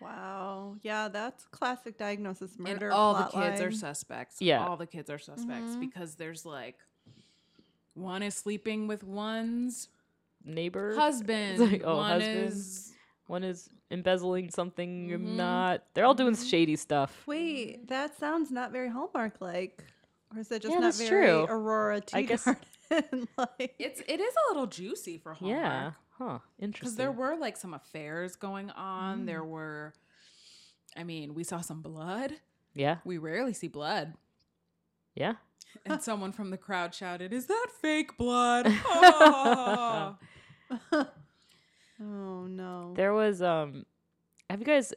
[SPEAKER 2] wow. Yeah, that's classic diagnosis
[SPEAKER 3] and
[SPEAKER 2] murder.
[SPEAKER 3] all the
[SPEAKER 2] plot
[SPEAKER 3] kids are
[SPEAKER 2] line.
[SPEAKER 3] suspects.
[SPEAKER 1] Yeah.
[SPEAKER 3] all the kids are suspects
[SPEAKER 2] Mhm.
[SPEAKER 3] because there's like one is sleeping with one's
[SPEAKER 1] neighbor
[SPEAKER 3] husband.
[SPEAKER 1] Er, It's like, oh,
[SPEAKER 3] one
[SPEAKER 1] husband.
[SPEAKER 3] is
[SPEAKER 1] one is embezzling something you're
[SPEAKER 2] Mm-hmm.
[SPEAKER 3] Mhm.
[SPEAKER 1] not they're all doing
[SPEAKER 2] Mhm.
[SPEAKER 1] shady stuff
[SPEAKER 2] Wait, that sounds not very Hallmark like. Or is that just
[SPEAKER 1] Yeah,
[SPEAKER 2] not
[SPEAKER 1] that's
[SPEAKER 2] very
[SPEAKER 1] true.
[SPEAKER 2] Aurora
[SPEAKER 1] I
[SPEAKER 2] Tea
[SPEAKER 1] guess-
[SPEAKER 2] Garden [laughs] like?
[SPEAKER 3] it's it is a little juicy for Hallmark.
[SPEAKER 1] yeah huh
[SPEAKER 3] because
[SPEAKER 1] interesting
[SPEAKER 3] there were like some affairs going on.
[SPEAKER 2] Mm.
[SPEAKER 3] There were, I mean, we saw some blood.
[SPEAKER 1] yeah
[SPEAKER 3] We rarely see blood.
[SPEAKER 1] yeah
[SPEAKER 2] [laughs]
[SPEAKER 3] And someone from the crowd shouted, "Is that
[SPEAKER 1] [laughs]
[SPEAKER 3] fake blood?" Ah.
[SPEAKER 2] [laughs] oh no.
[SPEAKER 1] there was um have you guys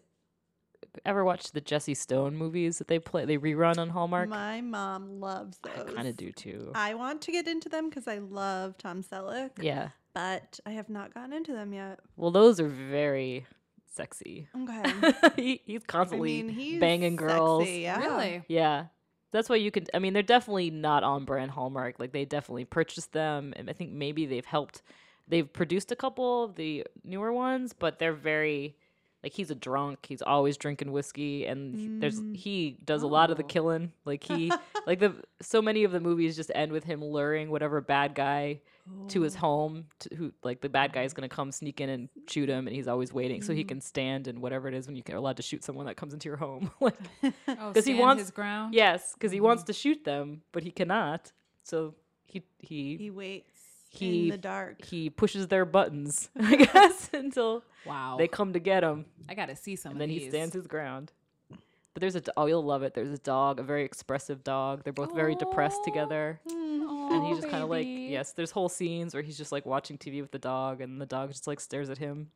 [SPEAKER 1] ever watched the jesse stone movies that they play they rerun on hallmark
[SPEAKER 2] My mom loves those.
[SPEAKER 1] i kind of do too
[SPEAKER 2] I want to get into them because I love Tom Selleck,
[SPEAKER 1] yeah
[SPEAKER 2] but I have not gotten into
[SPEAKER 1] [laughs]
[SPEAKER 2] them yet.
[SPEAKER 1] well those are very sexy
[SPEAKER 2] Okay.
[SPEAKER 1] [laughs] he, he's
[SPEAKER 2] Mm. I
[SPEAKER 1] constantly
[SPEAKER 2] mean, he's
[SPEAKER 1] banging girls
[SPEAKER 2] sexy, yeah.
[SPEAKER 3] Really?
[SPEAKER 1] Yeah. That's why you can. I mean, they're definitely not on brand Hallmark. Like, they definitely purchased them. And I think maybe they've helped. They've produced a couple of the newer ones, but they're very. Like, he's a drunk. He's always drinking whiskey. And he- there's.
[SPEAKER 2] Mm.
[SPEAKER 1] He does a lot of the
[SPEAKER 3] Oh.
[SPEAKER 1] killing. Like,
[SPEAKER 2] [laughs]
[SPEAKER 1] he. like, the. So many of the movies just end with him luring whatever bad guy to
[SPEAKER 2] Oh.
[SPEAKER 1] his home to who like the bad guy is going to come sneak in and shoot him and he's always waiting so he
[SPEAKER 2] Mm.
[SPEAKER 1] can stand and whatever it is when you can, are allowed to shoot someone that comes into your home [laughs] like
[SPEAKER 3] Oh,
[SPEAKER 1] [laughs] 'Cause he
[SPEAKER 3] stand
[SPEAKER 1] wants-
[SPEAKER 3] his ground.
[SPEAKER 1] Yes, because he
[SPEAKER 3] Mm-hmm.
[SPEAKER 1] wants to shoot them, but he cannot. So he he
[SPEAKER 2] he waits
[SPEAKER 1] He-
[SPEAKER 2] in the dark.
[SPEAKER 1] he pushes their buttons, [laughs] I guess, until
[SPEAKER 3] Wow. Oh.
[SPEAKER 1] they come to get him,
[SPEAKER 3] I gotta see some.
[SPEAKER 1] and then
[SPEAKER 3] of
[SPEAKER 1] he
[SPEAKER 3] these.
[SPEAKER 1] stands his ground. But there's a d- oh, you'll love it. There's a dog, a very expressive dog. They're both very depressed
[SPEAKER 3] Aw.
[SPEAKER 1] together. And
[SPEAKER 2] Mm.
[SPEAKER 1] he
[SPEAKER 3] Aw,
[SPEAKER 1] just kind of like
[SPEAKER 3] baby.
[SPEAKER 1] yes, there's whole scenes where he's just like watching TV with the dog, and the dog just like stares at him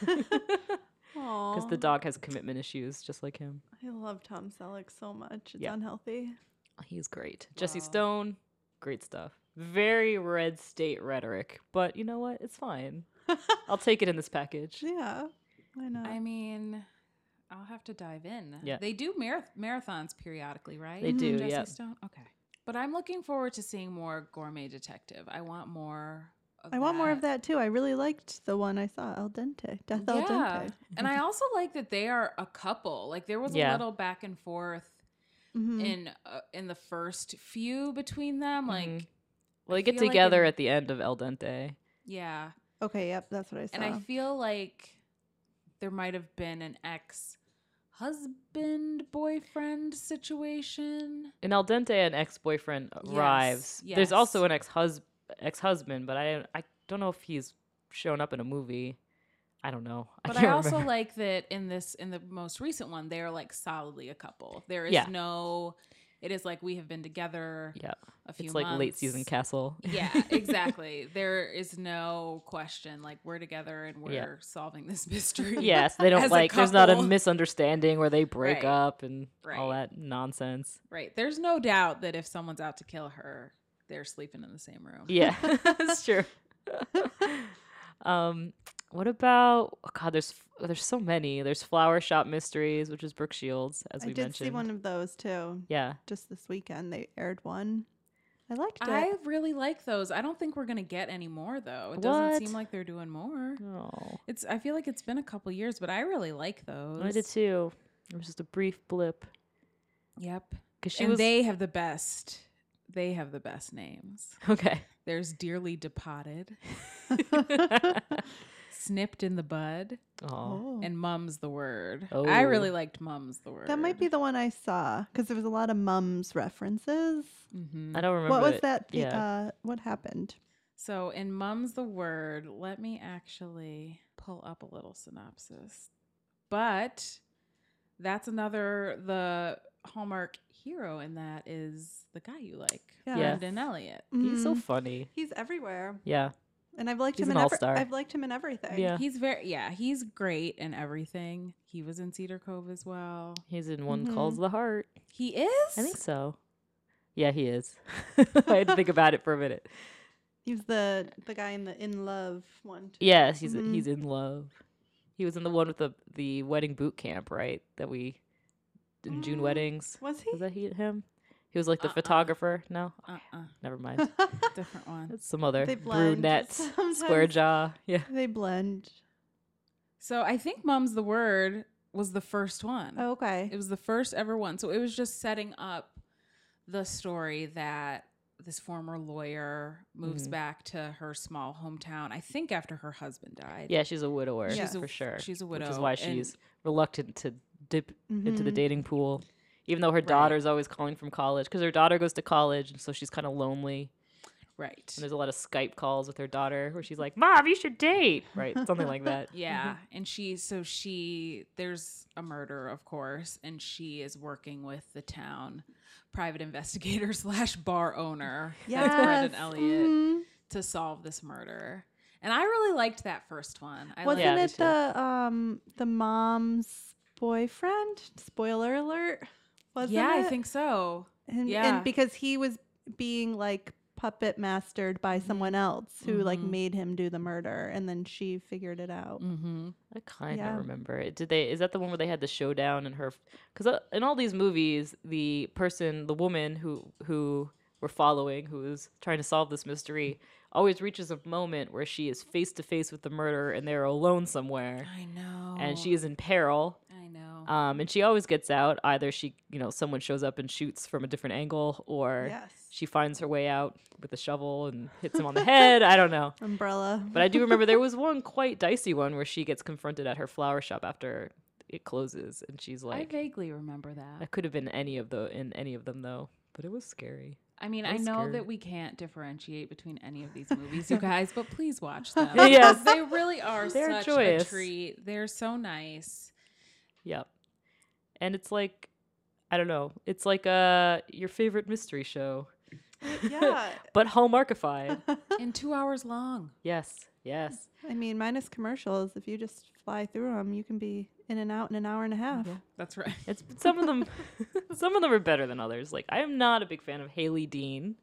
[SPEAKER 1] because
[SPEAKER 2] Because
[SPEAKER 1] the dog has commitment issues, just like him.
[SPEAKER 2] I love Tom Selleck so much. It's
[SPEAKER 1] Yeah.
[SPEAKER 2] unhealthy.
[SPEAKER 1] He's great. Jesse
[SPEAKER 3] Wow.
[SPEAKER 1] Stone, great stuff. Very red state rhetoric, but you know what? It's
[SPEAKER 3] [laughs]
[SPEAKER 1] fine. I'll take it in this package.
[SPEAKER 2] Yeah. Why not?
[SPEAKER 3] I mean, I'll have to dive in.
[SPEAKER 1] Uh, Yeah.
[SPEAKER 3] They do marath- marathons periodically, right?
[SPEAKER 1] They do,
[SPEAKER 3] Jesse
[SPEAKER 1] yeah.
[SPEAKER 3] Stone? Okay. But I'm looking forward to seeing more Gourmet Detective. I want more of
[SPEAKER 2] I want more of that too. I really liked the one I saw, El Dente, Death El
[SPEAKER 3] Yeah.
[SPEAKER 2] Dente.
[SPEAKER 3] [laughs] and I also like that they are a couple. Like there was a
[SPEAKER 1] Yeah.
[SPEAKER 3] little back and forth
[SPEAKER 2] Mhm.
[SPEAKER 3] in uh, in the first few between them like
[SPEAKER 1] Mhm.
[SPEAKER 3] I
[SPEAKER 1] Well, they get
[SPEAKER 3] feel like
[SPEAKER 1] together
[SPEAKER 3] in-
[SPEAKER 1] at the end of El Dente.
[SPEAKER 3] yeah.
[SPEAKER 2] okay, yep, that's what I saw.
[SPEAKER 3] And I feel like there might have been an ex husband boyfriend situation.
[SPEAKER 1] In El Dente, an ex-boyfriend
[SPEAKER 3] Yes,
[SPEAKER 1] arrives. There's also
[SPEAKER 3] yes.
[SPEAKER 1] an ex-hus- ex-husband, but I I don't know if he's shown up in a movie. I don't know. [laughs]
[SPEAKER 3] But
[SPEAKER 1] I,
[SPEAKER 3] I,
[SPEAKER 1] can't
[SPEAKER 3] also
[SPEAKER 1] remember.
[SPEAKER 3] like that in this in the most recent one, they are like solidly a couple. There is
[SPEAKER 1] Yeah.
[SPEAKER 3] no it is like we have been together
[SPEAKER 1] [laughs] yeah,
[SPEAKER 3] a few
[SPEAKER 1] it's like late season
[SPEAKER 3] months.
[SPEAKER 1] [laughs] Castle.
[SPEAKER 3] yeah, exactly. there is no question. Like we're together and we're
[SPEAKER 1] Yeah.
[SPEAKER 3] solving this [laughs] mystery.
[SPEAKER 1] yes, they don't
[SPEAKER 3] [laughs] As a
[SPEAKER 1] like. There's not a
[SPEAKER 3] couple.
[SPEAKER 1] misunderstanding where they break
[SPEAKER 3] Right.
[SPEAKER 1] up and all
[SPEAKER 3] Right.
[SPEAKER 1] that nonsense.
[SPEAKER 3] Right. There's no doubt that if someone's out to kill her, they're sleeping in the same room.
[SPEAKER 2] [laughs]
[SPEAKER 1] Yeah, that's true. [laughs] um, what about oh God? There's there's so many. There's Flower Shop Mysteries, which is Brooke Shields, as
[SPEAKER 2] I
[SPEAKER 1] we
[SPEAKER 2] did
[SPEAKER 1] mentioned.
[SPEAKER 2] see one of those too.
[SPEAKER 1] yeah,
[SPEAKER 2] Just this weekend, they aired one. I liked it.
[SPEAKER 3] [laughs] I really like those. I don't think we're gonna get any more though.
[SPEAKER 1] What?
[SPEAKER 3] It doesn't seem like they're doing more.
[SPEAKER 1] oh,
[SPEAKER 3] It's I feel like it's been a couple years, but I really like those.
[SPEAKER 1] I did too. It was just a brief blip
[SPEAKER 3] Yep.
[SPEAKER 1] because she
[SPEAKER 3] and
[SPEAKER 1] was
[SPEAKER 3] they have the best. They have the best names.
[SPEAKER 1] [laughs] okay.
[SPEAKER 2] [laughs]
[SPEAKER 3] There's dearly
[SPEAKER 1] [laughs]
[SPEAKER 3] depotted, snipped in the bud,
[SPEAKER 1] oh,
[SPEAKER 2] oh.
[SPEAKER 3] and mum's the word. I
[SPEAKER 1] Oh.
[SPEAKER 3] really liked mum's the word.
[SPEAKER 2] that might be the one I saw because there was a lot of mums references.
[SPEAKER 3] Mm-hmm.
[SPEAKER 1] I don't remember.
[SPEAKER 2] What was
[SPEAKER 1] it.
[SPEAKER 2] that? the-
[SPEAKER 1] yeah.
[SPEAKER 2] uh, what happened?
[SPEAKER 3] So in Mum's the Word, let me actually pull up a little synopsis. But that's another the hallmark hero in that is the guy you like,
[SPEAKER 2] Yeah.
[SPEAKER 1] Yes.
[SPEAKER 3] Brendan Elliott.
[SPEAKER 1] He's so
[SPEAKER 2] Mhm.
[SPEAKER 1] funny.
[SPEAKER 2] He's everywhere,
[SPEAKER 1] Yeah,
[SPEAKER 2] and I've liked
[SPEAKER 1] He's
[SPEAKER 2] him.
[SPEAKER 1] an
[SPEAKER 2] in every-
[SPEAKER 1] all-star.
[SPEAKER 2] I've liked him in everything.
[SPEAKER 1] Yeah.
[SPEAKER 3] He's very yeah, he's great in everything. He was in Cedar Cove as well.
[SPEAKER 1] he's in One
[SPEAKER 2] Mhm.
[SPEAKER 1] Calls the Heart.
[SPEAKER 3] He is?
[SPEAKER 1] I think so. Yeah, he is. [laughs] I had to think about it for a minute.
[SPEAKER 2] he's the the guy in the in love one. Too.
[SPEAKER 1] Yes, he's
[SPEAKER 3] Mm-hmm.
[SPEAKER 2] Mhm.
[SPEAKER 1] he's in love. He was in the one with the the wedding boot camp, right? That we in June
[SPEAKER 2] Mm.
[SPEAKER 1] weddings.
[SPEAKER 2] Was he?
[SPEAKER 1] Was that he him? He was like the
[SPEAKER 3] Mm-hmm. Uh-uh.
[SPEAKER 1] photographer. No,
[SPEAKER 3] Uh-uh.
[SPEAKER 1] never
[SPEAKER 3] [laughs]
[SPEAKER 1] mind.
[SPEAKER 3] Different one.
[SPEAKER 1] That's some other
[SPEAKER 2] They
[SPEAKER 3] [laughs]
[SPEAKER 2] blend
[SPEAKER 1] brunette, square
[SPEAKER 2] sometimes.
[SPEAKER 1] jaw. Yeah.
[SPEAKER 2] [laughs] they blend.
[SPEAKER 3] So I think Mum's the Word was the first one.
[SPEAKER 1] Oh,
[SPEAKER 2] Oh, okay.
[SPEAKER 3] It was the first ever one. So it was just setting up the story that this former lawyer moves
[SPEAKER 1] Mhm.
[SPEAKER 3] back to her small hometown, I think after her husband died.
[SPEAKER 1] Yeah, she's a widower
[SPEAKER 2] She's
[SPEAKER 1] for
[SPEAKER 3] a-
[SPEAKER 1] sure.
[SPEAKER 3] she's a
[SPEAKER 1] which is
[SPEAKER 3] widow,
[SPEAKER 1] why
[SPEAKER 3] and- Mm-hmm.
[SPEAKER 1] she's reluctant to dip into the [laughs]
[SPEAKER 2] Mhm.
[SPEAKER 1] dating pool, even though her daughter's always calling from college because her daughter goes to college, and so she's kind of lonely.
[SPEAKER 3] Right.
[SPEAKER 1] And there's a lot of Skype calls with her daughter where she's like, "Mom, you should date," right? Something like that.
[SPEAKER 3] [laughs] Yeah.
[SPEAKER 2] Mm-hmm.
[SPEAKER 3] And she, so she, there's a murder, of course, and she is working with the town private investigator [laughs] slash bar owner. That's Brendan
[SPEAKER 2] Yes.
[SPEAKER 3] Elliott
[SPEAKER 2] Mhm.
[SPEAKER 3] to solve this murder. And I really liked that first one. I
[SPEAKER 2] Wasn't
[SPEAKER 3] liked
[SPEAKER 1] Yeah, me
[SPEAKER 2] it
[SPEAKER 1] too.
[SPEAKER 2] the um the mom's boyfriend? Spoiler alert. Wasn't
[SPEAKER 3] yeah, I
[SPEAKER 2] it?
[SPEAKER 3] think so.
[SPEAKER 2] And,
[SPEAKER 3] yeah.
[SPEAKER 2] and because he was being like puppet mastered by someone else who like
[SPEAKER 3] Mhm.
[SPEAKER 2] made him do the murder, and then she figured it out.
[SPEAKER 3] Mm-hmm.
[SPEAKER 1] I kind of
[SPEAKER 2] Yeah.
[SPEAKER 1] remember it. Did they? Is that the one where they had the showdown and her? Because uh, in all these movies, the person, the woman who who we're following, who is trying to solve this mystery, always reaches a moment where she is face to face with the murderer and they're alone somewhere,
[SPEAKER 3] I know.
[SPEAKER 1] and she is in peril.
[SPEAKER 3] I know.
[SPEAKER 1] Um, and she always gets out. Either she, you know, someone shows up and shoots from a different angle, or
[SPEAKER 2] Yes.
[SPEAKER 1] she finds her way out with a shovel and hits him on the head. I don't know.
[SPEAKER 2] Umbrella.
[SPEAKER 1] But I do remember there was one quite dicey one where she gets confronted at her flower shop after it closes and she's
[SPEAKER 3] I
[SPEAKER 1] like
[SPEAKER 3] vaguely remember that.
[SPEAKER 1] that could have been any of the in any of them though. But it was scary.
[SPEAKER 3] I mean,
[SPEAKER 1] I
[SPEAKER 3] I
[SPEAKER 1] was
[SPEAKER 3] know
[SPEAKER 1] scared.
[SPEAKER 3] that we can't differentiate between any of these movies,
[SPEAKER 2] [laughs]
[SPEAKER 3] you guys, but please watch them.
[SPEAKER 1] Yes.
[SPEAKER 3] because they really are
[SPEAKER 1] They're
[SPEAKER 3] such
[SPEAKER 1] joyous.
[SPEAKER 3] a treat. They're so nice.
[SPEAKER 1] Yep. and it's like I don't know, it's like uh your favorite mystery show,
[SPEAKER 2] [laughs] yeah.
[SPEAKER 1] but Hallmarkified.
[SPEAKER 3] and two hours long.
[SPEAKER 1] yes, yes.
[SPEAKER 2] I mean, minus commercials, if you just fly through them, you can be in and out in an hour and a half.
[SPEAKER 3] That's right.
[SPEAKER 1] It's some of them, [laughs] some of them are better than others. Like I am not a big fan of Haley Dean,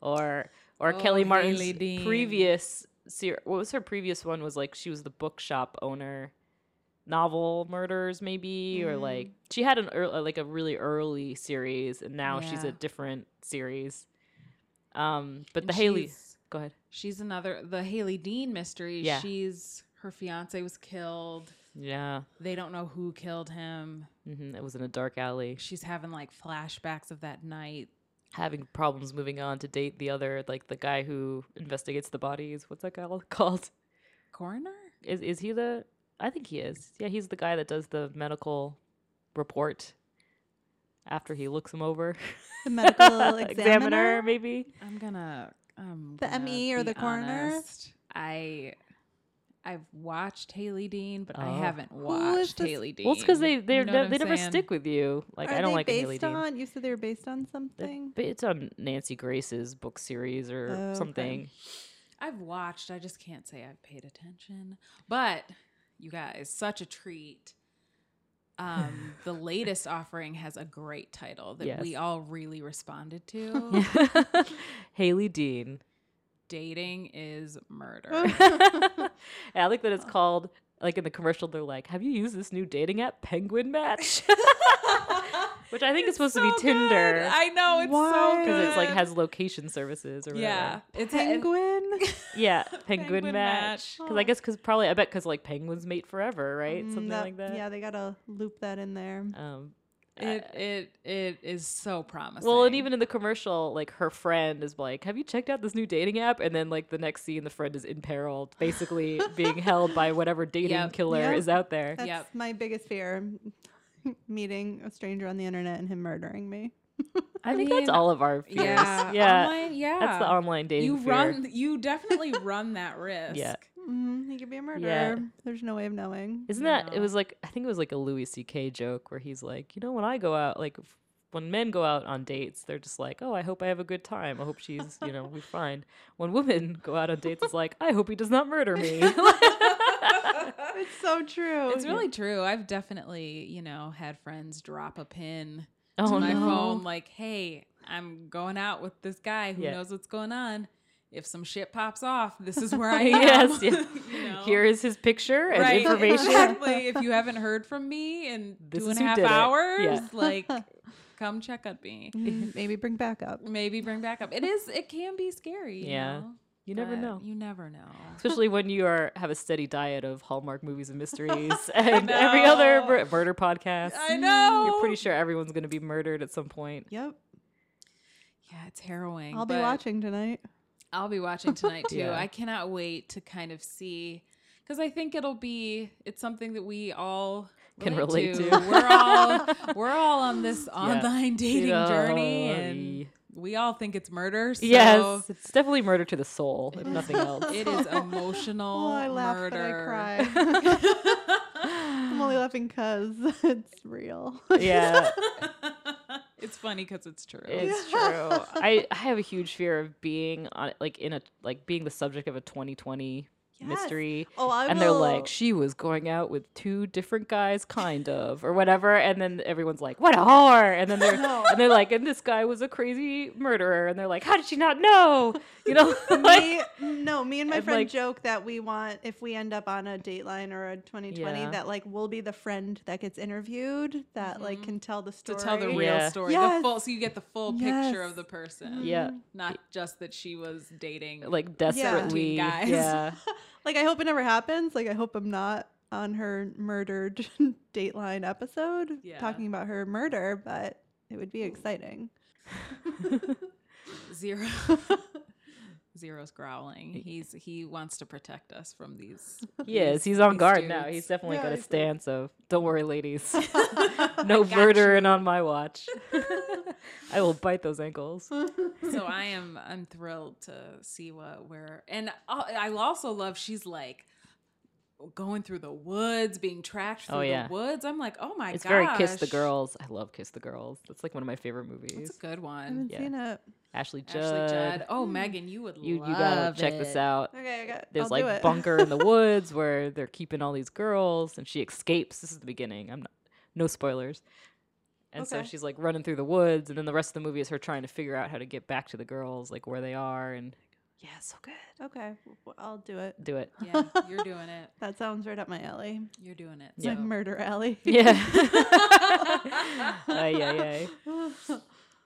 [SPEAKER 1] or or
[SPEAKER 3] Oh,
[SPEAKER 1] Kelly Martin's
[SPEAKER 3] Hailey Dean.
[SPEAKER 1] previous. Ser- what was her previous one? Was like she was the bookshop owner, novel murders maybe, or
[SPEAKER 3] Mm-hmm.
[SPEAKER 2] Mm.
[SPEAKER 1] like she had an ear like a really early series, and now she's a
[SPEAKER 3] Yeah.
[SPEAKER 1] different series. Um, but
[SPEAKER 3] And
[SPEAKER 1] the Haley,
[SPEAKER 3] she's-
[SPEAKER 1] go ahead.
[SPEAKER 3] She's another the Haley Dean mystery.
[SPEAKER 1] Yeah.
[SPEAKER 3] She's her fiance was killed.
[SPEAKER 1] Yeah,
[SPEAKER 3] They don't know who killed him.
[SPEAKER 1] hmm it was in a dark alley.
[SPEAKER 3] She's having like flashbacks of that night.
[SPEAKER 1] having problems moving on to date the other, like the guy who investigates the bodies. What's that guy [laughs] called?
[SPEAKER 3] Coroner?
[SPEAKER 1] Is is he the? I think he is. Yeah, he's the guy that does the medical report after he looks him over. [laughs]
[SPEAKER 2] The medical examiner.
[SPEAKER 1] maybe.
[SPEAKER 3] I'm gonna um
[SPEAKER 2] The
[SPEAKER 1] E
[SPEAKER 2] ME or the coroner?
[SPEAKER 3] I I've watched Haley Dean, but I
[SPEAKER 1] Oh.
[SPEAKER 3] haven't
[SPEAKER 2] is
[SPEAKER 3] watched
[SPEAKER 2] this-
[SPEAKER 3] Haley Dean.
[SPEAKER 1] Well, it's because they they
[SPEAKER 3] You know what
[SPEAKER 1] they
[SPEAKER 3] I'm
[SPEAKER 1] never
[SPEAKER 3] saying?
[SPEAKER 1] stick with you. Like
[SPEAKER 2] Are
[SPEAKER 1] I don't
[SPEAKER 2] they
[SPEAKER 1] like
[SPEAKER 2] based
[SPEAKER 1] Haley Dean.
[SPEAKER 2] on? You said they were based on
[SPEAKER 1] They're [laughs]
[SPEAKER 2] something.
[SPEAKER 1] Based on Nancy Grace's book series or
[SPEAKER 2] Oh, okay.
[SPEAKER 1] something.
[SPEAKER 3] I've watched, I just can't say I've paid attention. But you guys, such a treat.
[SPEAKER 1] [laughs]
[SPEAKER 3] Um, the latest offering has a great title that
[SPEAKER 1] Yes.
[SPEAKER 3] we all really responded
[SPEAKER 1] [laughs]
[SPEAKER 3] to.
[SPEAKER 2] [laughs]
[SPEAKER 1] Haley Dean.
[SPEAKER 3] Dating is murder.
[SPEAKER 1] [laughs] I like that it's called like in the commercial they're like, "Have you used this new dating app, Penguin
[SPEAKER 3] [laughs]
[SPEAKER 1] Match?" Which I think is supposed to be
[SPEAKER 3] So good.
[SPEAKER 1] Tinder
[SPEAKER 3] I know it's so
[SPEAKER 2] Why?
[SPEAKER 3] good.
[SPEAKER 1] because it's like has location services or whatever.
[SPEAKER 3] yeah, it's
[SPEAKER 2] [laughs] Penguin.
[SPEAKER 3] [laughs]
[SPEAKER 1] yeah, Penguin,
[SPEAKER 3] Penguin
[SPEAKER 1] Match.
[SPEAKER 2] Match.
[SPEAKER 1] Because I guess because probably I bet because like penguins mate forever, right?
[SPEAKER 2] Mm,
[SPEAKER 1] Something like that.
[SPEAKER 2] Yeah, they gotta loop that in there.
[SPEAKER 1] Um,
[SPEAKER 3] It it it is so promising.
[SPEAKER 1] well, and even in the commercial, like her friend is like, "Have you checked out this new dating app?" And then like the next scene, the friend is in peril,
[SPEAKER 3] [laughs]
[SPEAKER 1] basically being held by whatever dating
[SPEAKER 3] Yep.
[SPEAKER 1] killer
[SPEAKER 2] Yep.
[SPEAKER 1] is out there.
[SPEAKER 2] That's
[SPEAKER 3] Yep.
[SPEAKER 2] my biggest fear: [laughs] meeting a stranger on the internet and him murdering me.
[SPEAKER 1] I, think that's
[SPEAKER 3] mean,
[SPEAKER 1] all of our fears.
[SPEAKER 3] yeah, Oh
[SPEAKER 1] yeah.
[SPEAKER 3] online, yeah,
[SPEAKER 1] That's the online dating.
[SPEAKER 3] You
[SPEAKER 1] fear.
[SPEAKER 3] run, you definitely run that
[SPEAKER 1] [laughs]
[SPEAKER 3] risk.
[SPEAKER 1] Yeah.
[SPEAKER 2] Mm, he could be a murderer. There's no way of knowing.
[SPEAKER 1] Isn't that it
[SPEAKER 3] Yeah.
[SPEAKER 1] was like I think it was like a Louis C.K. joke where he's like, you know, when I go out, like f- when men go out on dates, they're just like, oh, I hope I have a good time. I hope she's, you know, we fine. When women [laughs] go out on dates, it's like, I hope he does not murder
[SPEAKER 3] [laughs]
[SPEAKER 1] me. [laughs]
[SPEAKER 2] It's so true.
[SPEAKER 1] Oh,
[SPEAKER 3] It's really true. I've definitely, you know, had friends drop a pin
[SPEAKER 1] oh
[SPEAKER 3] to my
[SPEAKER 1] no.
[SPEAKER 3] phone like, "Hey, I'm going out with this guy who
[SPEAKER 1] Yeah.
[SPEAKER 3] knows what's going on. If some shit pops off, this is
[SPEAKER 1] [laughs]
[SPEAKER 3] where I am."
[SPEAKER 1] Yes, yeah.
[SPEAKER 3] [laughs] you know?
[SPEAKER 1] Here is his picture and
[SPEAKER 3] Right, [laughs]
[SPEAKER 1] information.
[SPEAKER 3] Exactly. If you haven't heard from me in
[SPEAKER 1] This
[SPEAKER 3] two
[SPEAKER 1] is
[SPEAKER 3] and a
[SPEAKER 1] who
[SPEAKER 3] half
[SPEAKER 1] did it. [laughs]
[SPEAKER 3] hours,
[SPEAKER 1] Yeah.
[SPEAKER 3] like, come check on me.
[SPEAKER 1] [laughs]
[SPEAKER 2] Mm, Maybe bring back up.
[SPEAKER 3] Maybe bring back up. It is. It can be scary. you
[SPEAKER 1] Yeah.
[SPEAKER 3] know,
[SPEAKER 1] You never
[SPEAKER 3] but
[SPEAKER 1] know.
[SPEAKER 3] You [laughs] never know.
[SPEAKER 1] Especially when you are have a steady diet of Hallmark movies and
[SPEAKER 3] [laughs]
[SPEAKER 1] mysteries and every other
[SPEAKER 3] know.
[SPEAKER 1] mur- murder podcast.
[SPEAKER 3] I know.
[SPEAKER 1] You're pretty sure everyone's going to be murdered at some point.
[SPEAKER 2] Yep.
[SPEAKER 3] Yeah, it's harrowing.
[SPEAKER 2] I'll be
[SPEAKER 3] but-
[SPEAKER 2] watching tonight.
[SPEAKER 3] I'll be watching tonight too.
[SPEAKER 1] Yeah.
[SPEAKER 3] I cannot wait to kind of see because I think it'll be it's something that we all
[SPEAKER 1] Can relate to.
[SPEAKER 3] We're all
[SPEAKER 1] [laughs]
[SPEAKER 3] we're all on this online dating
[SPEAKER 1] Yeah.
[SPEAKER 3] journey, and we all think it's murder. So
[SPEAKER 1] yes, it's definitely murder to the soul, if nothing [laughs] else.
[SPEAKER 3] it is emotional
[SPEAKER 2] [laughs] Oh, I laugh
[SPEAKER 3] murder.
[SPEAKER 2] but I cry. [laughs] I'm only laughing because [laughs] it's real.
[SPEAKER 1] [laughs] yeah,
[SPEAKER 3] [laughs] it's funny because it's true.
[SPEAKER 1] it's true. I, I have a huge fear of being on like in a like being the subject of a 2020 mystery.
[SPEAKER 2] Oh, I
[SPEAKER 1] and they're
[SPEAKER 2] will-
[SPEAKER 1] like, she was going out with two different guys, kind of, or whatever. And then everyone's like, what a whore! And then they're and they're like, and this guy was a crazy murderer. And they're like, how did she not know? You know, [laughs]
[SPEAKER 3] [laughs]
[SPEAKER 1] like,
[SPEAKER 2] me, no, me and my
[SPEAKER 1] I'm
[SPEAKER 2] friend
[SPEAKER 1] like-
[SPEAKER 2] joke that we want if we end up on a Dateline or a 2020
[SPEAKER 1] Yeah.
[SPEAKER 2] that like we'll be the friend that gets interviewed that like can tell the
[SPEAKER 3] Mm-hmm. to
[SPEAKER 2] story.
[SPEAKER 3] tell the real
[SPEAKER 1] Yeah.
[SPEAKER 3] story,
[SPEAKER 2] Yes.
[SPEAKER 3] the full, so you get the full picture
[SPEAKER 2] Yes.
[SPEAKER 3] of the person,
[SPEAKER 1] yeah,
[SPEAKER 3] not just that she was dating
[SPEAKER 1] like desperately, [laughs]
[SPEAKER 3] guys.
[SPEAKER 1] yeah.
[SPEAKER 2] Like I hope it never happens. Like I hope I'm not on her murdered [laughs] Dateline episode
[SPEAKER 3] Yeah.
[SPEAKER 2] talking about her murder, but it would
[SPEAKER 3] [laughs]
[SPEAKER 2] be exciting. [laughs]
[SPEAKER 1] [laughs]
[SPEAKER 3] Zero. Zero's growling. He's he wants to protect us from these.
[SPEAKER 1] He is.
[SPEAKER 3] these-
[SPEAKER 1] He's on
[SPEAKER 3] these
[SPEAKER 1] guard now.
[SPEAKER 3] dudes.
[SPEAKER 1] He's definitely
[SPEAKER 2] Yeah,
[SPEAKER 1] got a
[SPEAKER 2] he's like-
[SPEAKER 1] stance of "Don't worry, ladies, [laughs] no murdering on my watch. [laughs] I will bite those ankles."
[SPEAKER 3] so
[SPEAKER 1] [laughs]
[SPEAKER 3] I am I'm thrilled to see what we're and I'll- I also love she's like going through the woods, being tracked
[SPEAKER 1] Oh,
[SPEAKER 3] through
[SPEAKER 1] yeah.
[SPEAKER 3] the woods. I'm like, oh my
[SPEAKER 1] it's
[SPEAKER 3] gosh.
[SPEAKER 1] very Kiss the Girls. I love Kiss the Girls. That's like one of my favorite movies.
[SPEAKER 3] That's a good
[SPEAKER 2] I
[SPEAKER 3] one.
[SPEAKER 2] haven't
[SPEAKER 1] Yeah.
[SPEAKER 2] seen it.
[SPEAKER 1] Ashley Judd.
[SPEAKER 3] Ashley Judd. Oh,
[SPEAKER 2] Hmm.
[SPEAKER 3] Megan, you would
[SPEAKER 1] You you
[SPEAKER 3] love
[SPEAKER 1] gotta check this
[SPEAKER 3] it.
[SPEAKER 1] out.
[SPEAKER 2] Okay, I got.
[SPEAKER 1] There's
[SPEAKER 2] I'll do
[SPEAKER 1] like
[SPEAKER 2] it.
[SPEAKER 1] bunker
[SPEAKER 2] [laughs]
[SPEAKER 1] in the woods where they're keeping all these girls, and she escapes. This is the beginning. I'm not, no spoilers. And so
[SPEAKER 2] Okay.
[SPEAKER 1] she's like running through the woods, and then the rest of the movie is her trying to figure out how to get back to the girls, like where they are, and yeah, so good.
[SPEAKER 2] okay, w- I'll do it.
[SPEAKER 1] Do it. [laughs]
[SPEAKER 3] Yeah, you're doing it.
[SPEAKER 2] That sounds right up my alley.
[SPEAKER 3] You're doing it.
[SPEAKER 2] It's
[SPEAKER 1] Yeah.
[SPEAKER 2] my murder alley. [laughs]
[SPEAKER 1] Yeah. [laughs] ay, ay, ay.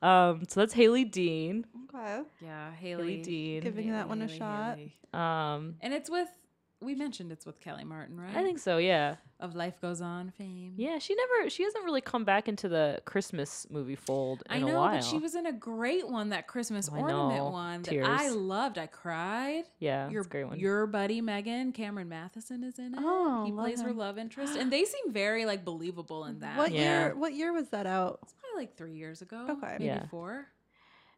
[SPEAKER 1] Um, so that's Haley Dean.
[SPEAKER 2] okay.
[SPEAKER 3] Yeah, Haley.
[SPEAKER 1] Haley Dean.
[SPEAKER 2] Giving that one a shot.
[SPEAKER 1] Um,
[SPEAKER 3] And it's with we mentioned it's with Kelly Martin, right?
[SPEAKER 1] I think so. Yeah,
[SPEAKER 3] of Life Goes On fame.
[SPEAKER 1] yeah. She never. She hasn't really come back into the Christmas movie fold in
[SPEAKER 3] I know,
[SPEAKER 1] a while. Oh,
[SPEAKER 3] but she was in a great one, that Christmas
[SPEAKER 1] I
[SPEAKER 3] ornament
[SPEAKER 1] know.
[SPEAKER 3] one that
[SPEAKER 1] Tears.
[SPEAKER 3] I loved. I cried.
[SPEAKER 1] yeah,
[SPEAKER 3] your
[SPEAKER 1] it's a great one.
[SPEAKER 3] your buddy Megan Cameron Matheson is in it.
[SPEAKER 2] Oh,
[SPEAKER 3] he
[SPEAKER 2] love
[SPEAKER 3] plays her
[SPEAKER 2] him.
[SPEAKER 3] love interest, and they seem very like believable in that.
[SPEAKER 2] What
[SPEAKER 1] Yeah.
[SPEAKER 2] year? What year was that out?
[SPEAKER 3] It's probably like three years ago.
[SPEAKER 2] Okay.
[SPEAKER 3] maybe
[SPEAKER 1] Yeah. [laughs]
[SPEAKER 3] four.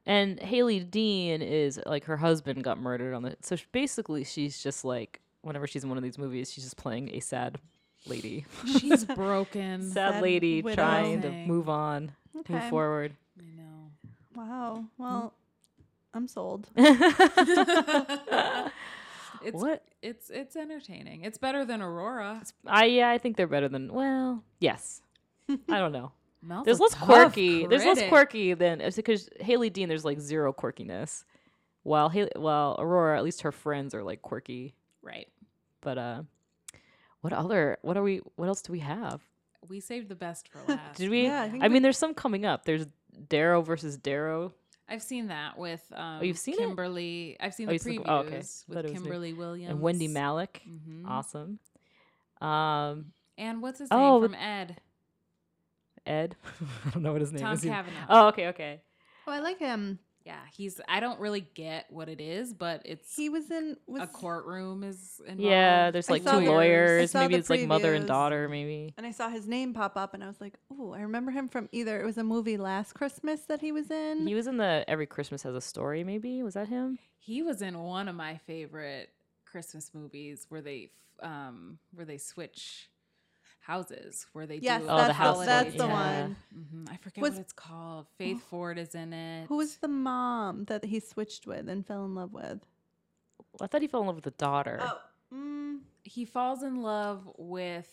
[SPEAKER 1] And Haley Dean is like her husband got murdered on the. So she, basically, she's just like whenever she's in one of these movies, she's just playing a sad lady,
[SPEAKER 3] She's broken.
[SPEAKER 1] sad,
[SPEAKER 2] Sad
[SPEAKER 1] lady
[SPEAKER 2] widow.
[SPEAKER 1] trying to
[SPEAKER 3] Thing.
[SPEAKER 1] move on, move
[SPEAKER 3] [laughs]
[SPEAKER 2] Okay.
[SPEAKER 1] forward. [laughs]
[SPEAKER 3] I know.
[SPEAKER 2] Wow. Well, I'm sold.
[SPEAKER 3] It's,
[SPEAKER 1] what?
[SPEAKER 3] It's it's entertaining. It's better than Aurora.
[SPEAKER 1] I yeah, I think they're better than well, yes. I don't know.
[SPEAKER 3] Mel's
[SPEAKER 1] There's
[SPEAKER 3] a
[SPEAKER 1] less
[SPEAKER 3] tough
[SPEAKER 1] quirky. There's less
[SPEAKER 3] critic.
[SPEAKER 1] quirky than it's because Haley Dean. There's like zero quirkiness. While Haley, while Aurora, at least her friends are like quirky.
[SPEAKER 3] Right.
[SPEAKER 1] But uh, what other? What are we? What else do we have?
[SPEAKER 3] We saved the best for last.
[SPEAKER 1] Did we?
[SPEAKER 2] Yeah, I
[SPEAKER 1] I,
[SPEAKER 2] think
[SPEAKER 1] mean, there's some coming up. There's Darrow versus Darrow.
[SPEAKER 3] I've seen that with um,
[SPEAKER 1] Oh, you've seen it?
[SPEAKER 3] Kimberly. I've seen
[SPEAKER 1] Oh,
[SPEAKER 3] the
[SPEAKER 1] you've seen-
[SPEAKER 3] previews
[SPEAKER 1] oh, okay. I thought it
[SPEAKER 3] with
[SPEAKER 1] was new.
[SPEAKER 3] Kimberly Williams
[SPEAKER 1] and Wendy Malick.
[SPEAKER 2] Mm-hmm.
[SPEAKER 3] Mhm.
[SPEAKER 1] Awesome. Um,
[SPEAKER 3] And what's his
[SPEAKER 1] Oh,
[SPEAKER 3] name
[SPEAKER 1] with-
[SPEAKER 3] from Ed?
[SPEAKER 1] Ed. [laughs] I don't know what his name
[SPEAKER 3] Tom
[SPEAKER 1] is. either.
[SPEAKER 3] Cavanaugh.
[SPEAKER 1] Oh, okay, okay.
[SPEAKER 2] Oh, I like him.
[SPEAKER 3] Yeah, he's. I don't really get what it is, but it's
[SPEAKER 2] He was in. Was,
[SPEAKER 3] a courtroom is involved.
[SPEAKER 1] Yeah, there's
[SPEAKER 2] I
[SPEAKER 1] like
[SPEAKER 2] saw
[SPEAKER 1] two
[SPEAKER 2] the- I
[SPEAKER 1] lawyers.
[SPEAKER 2] saw
[SPEAKER 1] Maybe
[SPEAKER 2] the
[SPEAKER 1] it's like mother and
[SPEAKER 2] previews.
[SPEAKER 1] daughter. Maybe.
[SPEAKER 2] And I saw his name pop up, and I was like, "Ooh, I remember him from either it was a movie last Christmas that he was in."
[SPEAKER 1] He was in the Every Christmas Has a Story. Maybe was that him?
[SPEAKER 3] He was in one of my favorite Christmas movies where they f- um where they switch houses where they
[SPEAKER 2] Yes,
[SPEAKER 1] Oh,
[SPEAKER 3] do
[SPEAKER 1] the that's the- house
[SPEAKER 2] that's the one.
[SPEAKER 3] hmm I forget
[SPEAKER 2] Was-
[SPEAKER 3] what it's called. Faith
[SPEAKER 1] Oh.
[SPEAKER 3] Ford is in it.
[SPEAKER 2] Who was the mom that he switched with and fell in love with?
[SPEAKER 1] I thought he fell in love with the daughter.
[SPEAKER 3] Oh,
[SPEAKER 2] mm,
[SPEAKER 3] he falls in love with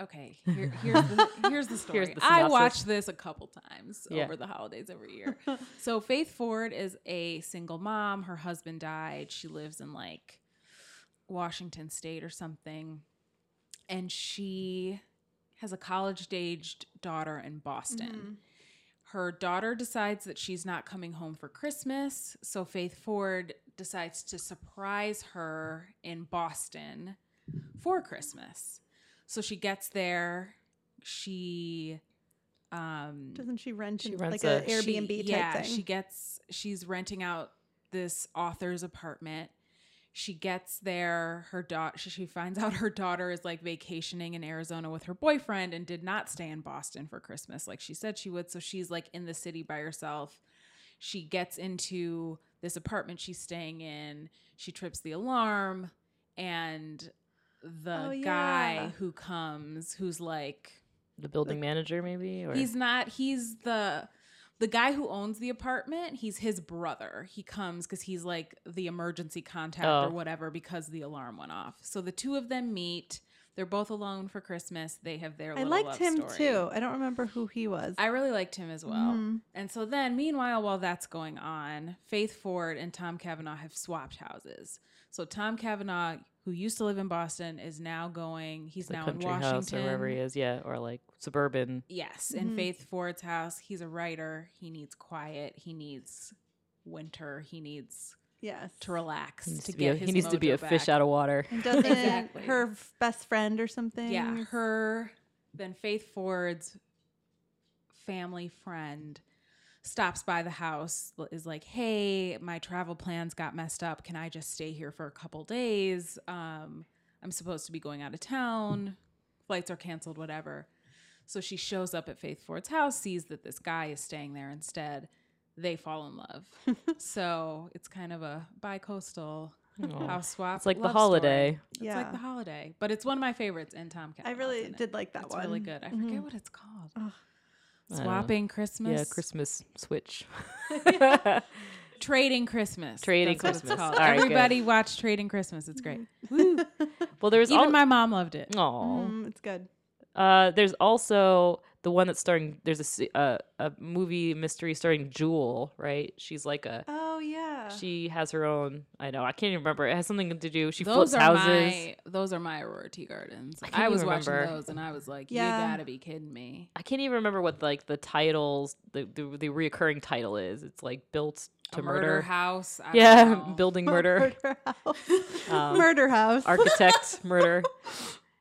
[SPEAKER 3] okay here, here's, the, here's the story
[SPEAKER 1] Here's the
[SPEAKER 3] i
[SPEAKER 1] synopsis.
[SPEAKER 3] watched this a couple times
[SPEAKER 1] Yeah.
[SPEAKER 3] over the holidays every
[SPEAKER 2] [laughs]
[SPEAKER 3] year so faith ford is a single mom her husband died she lives in like washington state or something and she has a college-aged daughter in boston
[SPEAKER 2] Mm-hmm.
[SPEAKER 3] her daughter decides that she's not coming home for Christmas. So Faith Ford decides to surprise her in Boston for Christmas. So she gets there. She um
[SPEAKER 2] Doesn't she rent
[SPEAKER 1] She
[SPEAKER 2] in,
[SPEAKER 1] rents
[SPEAKER 2] like
[SPEAKER 1] a-
[SPEAKER 2] an Airbnb
[SPEAKER 3] she-
[SPEAKER 2] type
[SPEAKER 3] yeah,
[SPEAKER 2] thing?
[SPEAKER 3] She gets she's renting out this author's apartment. She gets there, her daughter she finds [laughs] out her daughter is like vacationing in Arizona with her boyfriend and did not stay in Boston for Christmas like she said she would. So she's like in the city by herself. She gets into this apartment she's staying in. She trips the alarm and the
[SPEAKER 2] Oh,
[SPEAKER 3] guy
[SPEAKER 2] yeah.
[SPEAKER 3] who comes who's like
[SPEAKER 1] the building manager, maybe. Or
[SPEAKER 3] He's not. He's the the guy who owns the apartment. He's his brother. He comes because he's like the emergency contact
[SPEAKER 1] Oh.
[SPEAKER 3] or whatever because the alarm went off. So the two of them meet. They're both alone for Christmas. They have their.
[SPEAKER 2] I
[SPEAKER 3] little
[SPEAKER 2] liked
[SPEAKER 3] love
[SPEAKER 2] him
[SPEAKER 3] story.
[SPEAKER 2] too. I don't remember who he was.
[SPEAKER 3] I really liked him as well.
[SPEAKER 2] Mhm.
[SPEAKER 3] And so then, meanwhile, while that's going on, Faith Ford and Tom Kavanaugh have swapped houses. So Tom Kavanaugh, who used to live in Boston, is now going. He's
[SPEAKER 1] the
[SPEAKER 3] now in
[SPEAKER 1] country
[SPEAKER 3] Washington.
[SPEAKER 1] house or wherever he is, yeah, or like suburban.
[SPEAKER 3] Yes, in
[SPEAKER 1] Mm-hmm.
[SPEAKER 2] Mhm.
[SPEAKER 3] Faith Ford's house, he's a writer. He needs quiet. He needs winter. He needs
[SPEAKER 2] yes.
[SPEAKER 3] to relax.
[SPEAKER 1] He needs
[SPEAKER 3] to,
[SPEAKER 1] to, be a,
[SPEAKER 3] get his
[SPEAKER 1] he needs to be
[SPEAKER 3] mojo
[SPEAKER 1] a fish
[SPEAKER 3] back.
[SPEAKER 1] out of water.
[SPEAKER 2] And doesn't
[SPEAKER 3] Exactly.
[SPEAKER 2] her f- best friend or something?
[SPEAKER 3] Yeah, her then Faith Ford's family friend stops by the house l- is like, "Hey, my travel plans got messed up. Can I just stay here for a couple days? Um, I'm supposed to be going out of town. Flights are canceled, whatever." So she shows up at Faith Ford's house, sees that this guy is staying
[SPEAKER 1] [laughs]
[SPEAKER 3] there instead. They fall in love. so it's kind of a bi coastal
[SPEAKER 1] Aw.
[SPEAKER 3] [laughs] How swap.
[SPEAKER 1] Oh. It's like the
[SPEAKER 3] Love Story.
[SPEAKER 1] holiday.
[SPEAKER 3] It's like the holiday, but it's one of my favorites. And Tom Kenny.
[SPEAKER 2] I really did like that
[SPEAKER 3] It's
[SPEAKER 2] one.
[SPEAKER 3] really good. I
[SPEAKER 2] Mhm.
[SPEAKER 3] forget what it's called.
[SPEAKER 2] Ugh.
[SPEAKER 1] I don't know.
[SPEAKER 3] Swapping Christmas.
[SPEAKER 1] Yeah, Christmas
[SPEAKER 3] [laughs]
[SPEAKER 1] switch. [laughs]
[SPEAKER 3] Trading Christmas.
[SPEAKER 1] Trading
[SPEAKER 3] That's what it's
[SPEAKER 1] Christmas.
[SPEAKER 3] called.
[SPEAKER 1] All right, good.
[SPEAKER 3] Everybody watch Trading Christmas. It's great.
[SPEAKER 2] Mm-hmm.
[SPEAKER 3] Woo.
[SPEAKER 1] well, there's
[SPEAKER 3] Even
[SPEAKER 1] all.
[SPEAKER 3] my Mm-hmm. mom loved it.
[SPEAKER 1] Aw.
[SPEAKER 2] Mm, it's good.
[SPEAKER 1] Uh, there's also the one that's starring. There's a se- uh, a movie mystery starring Jewel. Right? She's like a.
[SPEAKER 2] Oh yeah.
[SPEAKER 3] Uh.
[SPEAKER 1] She has her own. I know. I can't even remember. It has something to do. She
[SPEAKER 3] those
[SPEAKER 1] flips
[SPEAKER 3] are
[SPEAKER 1] houses.
[SPEAKER 3] my those are my Aurora Tea Gardens.
[SPEAKER 1] I can't
[SPEAKER 3] I, was
[SPEAKER 1] even
[SPEAKER 3] watching
[SPEAKER 1] remember.
[SPEAKER 3] those and I was like,
[SPEAKER 2] Yeah.
[SPEAKER 3] you gotta be kidding me.
[SPEAKER 1] I can't even remember what like the titles, the the, the reoccurring title is. It's like built to
[SPEAKER 3] A murder, house. I don't
[SPEAKER 1] Yeah,
[SPEAKER 3] know.
[SPEAKER 1] [laughs] building [laughs]
[SPEAKER 3] [laughs]
[SPEAKER 1] murder,
[SPEAKER 2] house.
[SPEAKER 1] Um,
[SPEAKER 2] murder house.
[SPEAKER 1] architect murder,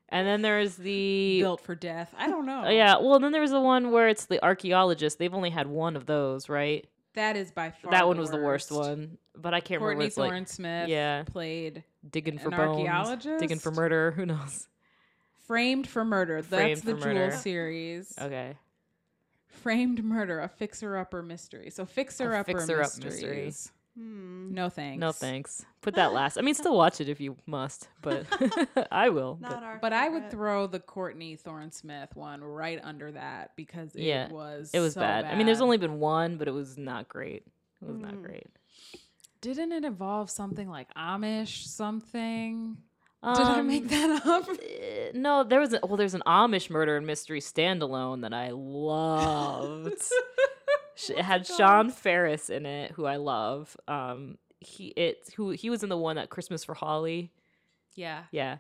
[SPEAKER 1] and then there's the
[SPEAKER 3] built for death. I don't know.
[SPEAKER 1] Oh, yeah. Well, then there was the one where it's the archaeologist. They've only had one of those, right?
[SPEAKER 3] that is by far
[SPEAKER 1] that one was the worst one, but I can't remember.
[SPEAKER 3] Courtney
[SPEAKER 1] what It's like
[SPEAKER 3] Thorne Smith
[SPEAKER 1] Yeah.
[SPEAKER 3] played
[SPEAKER 1] digging for
[SPEAKER 3] an
[SPEAKER 1] bones,
[SPEAKER 3] archaeologist,
[SPEAKER 1] digging for murder. Who
[SPEAKER 3] [laughs]
[SPEAKER 1] knows?
[SPEAKER 3] Framed for murder. That's
[SPEAKER 1] Framed
[SPEAKER 3] the
[SPEAKER 1] for
[SPEAKER 3] Jewel
[SPEAKER 1] Murder.
[SPEAKER 3] series.
[SPEAKER 1] Okay.
[SPEAKER 3] Framed murder, a fixer-upper mystery. So fixer-upper
[SPEAKER 1] fixer-up mystery.
[SPEAKER 3] mysteries.
[SPEAKER 2] Hmm.
[SPEAKER 3] No thanks.
[SPEAKER 1] No thanks.
[SPEAKER 3] [laughs]
[SPEAKER 1] Put that last. I mean, still watch it if you must, but [laughs] I
[SPEAKER 3] [laughs]
[SPEAKER 1] will.
[SPEAKER 2] Not
[SPEAKER 1] but-
[SPEAKER 2] our.
[SPEAKER 3] But I would
[SPEAKER 2] favorite.
[SPEAKER 3] throw the Courtney Thorne Smith one right under that because it
[SPEAKER 1] Yeah,
[SPEAKER 3] was
[SPEAKER 1] it was
[SPEAKER 3] so
[SPEAKER 1] bad.
[SPEAKER 3] bad.
[SPEAKER 1] I mean, there's only been one, but it was not great. It was not
[SPEAKER 2] Mm.
[SPEAKER 1] great.
[SPEAKER 3] didn't it involve something like Amish something? Did I make
[SPEAKER 1] Um,
[SPEAKER 3] that up?
[SPEAKER 1] eh, No, there was a, well, there's an Amish murder and mystery standalone that I loved. Sh- it had Sean Ferris in it, who I love. Um, he it who he was in the one at Christmas for Holly,
[SPEAKER 3] [laughs] yeah.
[SPEAKER 1] yeah,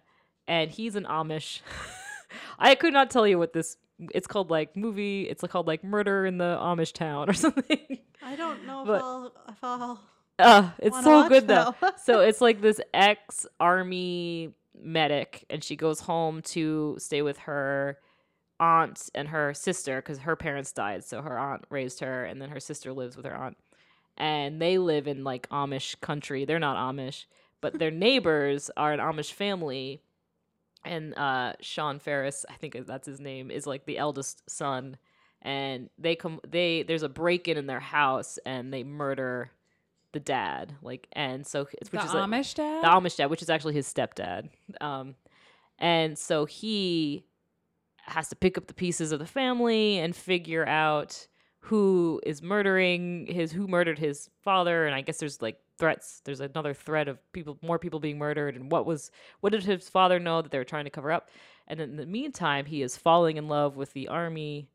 [SPEAKER 1] and he's an Amish. [laughs] I could not tell you what this. It's called like movie. It's called like Murder in the Amish Town or [laughs] something.
[SPEAKER 2] I don't know if
[SPEAKER 1] but-
[SPEAKER 2] I'll. If I'll
[SPEAKER 1] Uh, it's
[SPEAKER 2] wanna
[SPEAKER 1] so
[SPEAKER 2] watch
[SPEAKER 1] good though.
[SPEAKER 2] that one.
[SPEAKER 1] so it's like this ex army medic, and she goes home to stay with her aunt and her sister because her parents died. So her aunt raised her, and then her sister lives with her aunt. And they live in like Amish country. They're not Amish, but their neighbors are an Amish family. And uh, Sean Ferris, I think that's his name, is like the eldest son. And they come, they, there's a break in in their house and they murder the dad. Like, and so, which
[SPEAKER 3] the
[SPEAKER 1] is like,
[SPEAKER 3] Amish dad?
[SPEAKER 1] the Amish dad, which is actually his stepdad. Um, and so he has to pick up the pieces of the family and figure out who is murdering his who murdered his father. And I guess there's like threats. There's another threat of people, more people being murdered, and what was what did his father know that they were trying to cover up? And in the meantime, he is falling in love with the army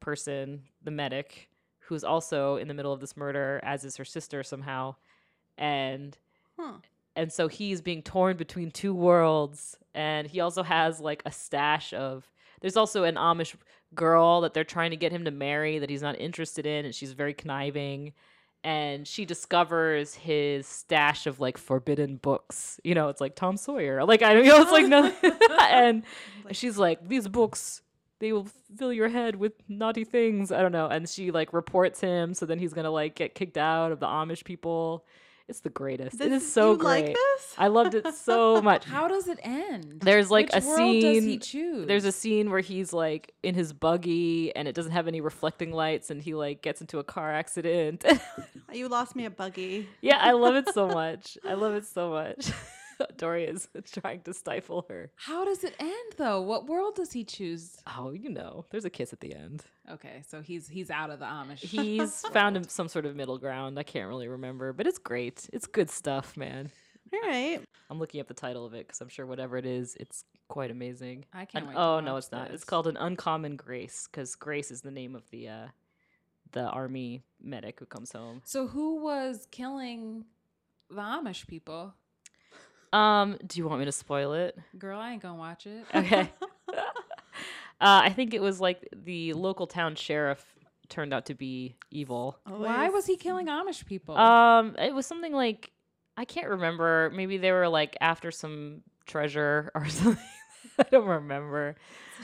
[SPEAKER 1] person, the medic, who's also in the middle of this murder, as is her sister somehow. And
[SPEAKER 2] [laughs] Huh.
[SPEAKER 1] and so he's being torn between two worlds and he also has like a stash of there's also an amish girl that they're trying to get him to marry that he's not interested in and she's very conniving and she discovers his stash of like forbidden books you know it's like tom sawyer like i you know it's like nothing [laughs] and
[SPEAKER 2] Like-
[SPEAKER 1] she's like these books they will fill your head with naughty things i don't know and she like reports him so then he's gonna like get kicked out of the amish people it's the greatest it
[SPEAKER 2] This-
[SPEAKER 1] is so
[SPEAKER 2] you
[SPEAKER 1] great
[SPEAKER 2] Like this?
[SPEAKER 1] I loved it so much.
[SPEAKER 3] How does it end?
[SPEAKER 1] There's, like,
[SPEAKER 3] Which
[SPEAKER 1] a
[SPEAKER 3] world Does he
[SPEAKER 1] scene-
[SPEAKER 3] choose?
[SPEAKER 1] There's a scene where he's like in his buggy and it doesn't have any reflecting lights and he like gets into a car accident.
[SPEAKER 2] [laughs]
[SPEAKER 1] [laughs]
[SPEAKER 2] you lost me a buggy.
[SPEAKER 1] yeah, I love it so much. I love it so much. [laughs] Dory is [laughs] trying to stifle her.
[SPEAKER 3] How does it end though? What world does he choose?
[SPEAKER 1] Oh, you know, there's a kiss at the end.
[SPEAKER 3] Okay, so he's he's out of the Amish.
[SPEAKER 1] He's found him some sort of middle ground. I can't really remember, but it's great. It's good stuff, man.
[SPEAKER 2] All right.
[SPEAKER 1] I'm looking up the title of it because I'm sure whatever it is, it's quite amazing.
[SPEAKER 3] [laughs] I can't.
[SPEAKER 1] An-
[SPEAKER 3] wait to
[SPEAKER 1] oh no,
[SPEAKER 3] watch
[SPEAKER 1] it's not. It's
[SPEAKER 3] this.
[SPEAKER 1] called an uncommon grace because grace is the name of the uh, the army medic who comes home.
[SPEAKER 3] So who was killing the Amish people?
[SPEAKER 1] Um, do you want me to spoil it?
[SPEAKER 3] Girl, I ain't gonna watch it.
[SPEAKER 1] [laughs] Okay. uh, I think it was like the local town sheriff turned out to be evil.
[SPEAKER 3] [laughs] Why was he killing Amish people?
[SPEAKER 1] Um, it was something like I can't remember. Maybe they were like after some treasure or [laughs] something. I don't remember.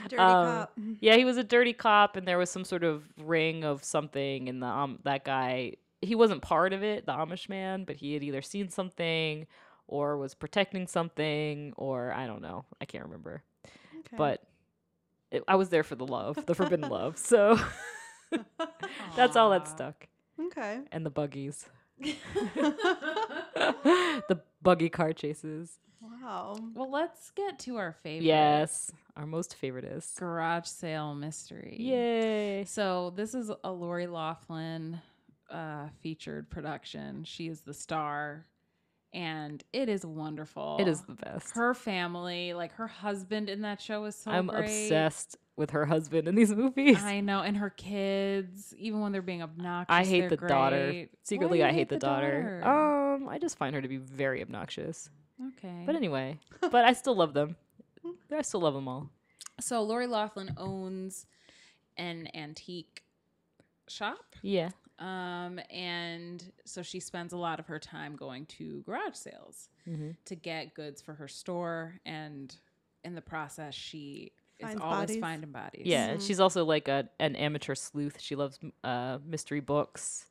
[SPEAKER 2] dirty
[SPEAKER 1] um,
[SPEAKER 2] cop? Mm-hmm.
[SPEAKER 1] Yeah, he was a dirty cop, and there was some sort of ring of something, and the um, that guy he wasn't part of it, the Amish man, but he had either seen something or was protecting something, or I don't know, I can't remember.
[SPEAKER 2] Okay.
[SPEAKER 1] But it, I was there for the love, the
[SPEAKER 3] [laughs]
[SPEAKER 1] forbidden love, so [laughs] that's all that
[SPEAKER 3] Aw.
[SPEAKER 1] stuck,
[SPEAKER 2] okay.
[SPEAKER 1] [laughs] and [laughs] the buggies, the buggy car chases.
[SPEAKER 2] [laughs] Wow.
[SPEAKER 3] Well, let's get to our favorite.
[SPEAKER 1] Yes, our most favorite is.
[SPEAKER 3] Garage sale mystery.
[SPEAKER 1] Yay.
[SPEAKER 3] So this is a Lori Laughlin uh, featured production. She is the star, and it is wonderful.
[SPEAKER 1] It is the best.
[SPEAKER 3] her family, like her husband in that show, is so.
[SPEAKER 1] I'm
[SPEAKER 3] great.
[SPEAKER 1] obsessed with her husband in these [laughs] movies.
[SPEAKER 3] I know, and her kids, even when they're being obnoxious,
[SPEAKER 1] I hate
[SPEAKER 3] they're
[SPEAKER 1] the daughter.
[SPEAKER 3] great. Why do
[SPEAKER 1] Secretly,
[SPEAKER 3] you
[SPEAKER 1] I hate, the, daughter. Um, I just find her to be very obnoxious.
[SPEAKER 3] okay,
[SPEAKER 1] But anyway, but I still love them. I still love them all.
[SPEAKER 3] so Lori Laughlin owns an antique shop
[SPEAKER 1] Yeah.
[SPEAKER 3] Um, and so she spends a lot of her time going to garage sales
[SPEAKER 1] hmm
[SPEAKER 3] to get goods for her store, and in the process, she is
[SPEAKER 2] Finds
[SPEAKER 3] always
[SPEAKER 2] bodies.
[SPEAKER 3] finding bodies.
[SPEAKER 1] Yeah.
[SPEAKER 2] Mhm.
[SPEAKER 1] She's also like a, an amateur sleuth. She loves uh, mystery books.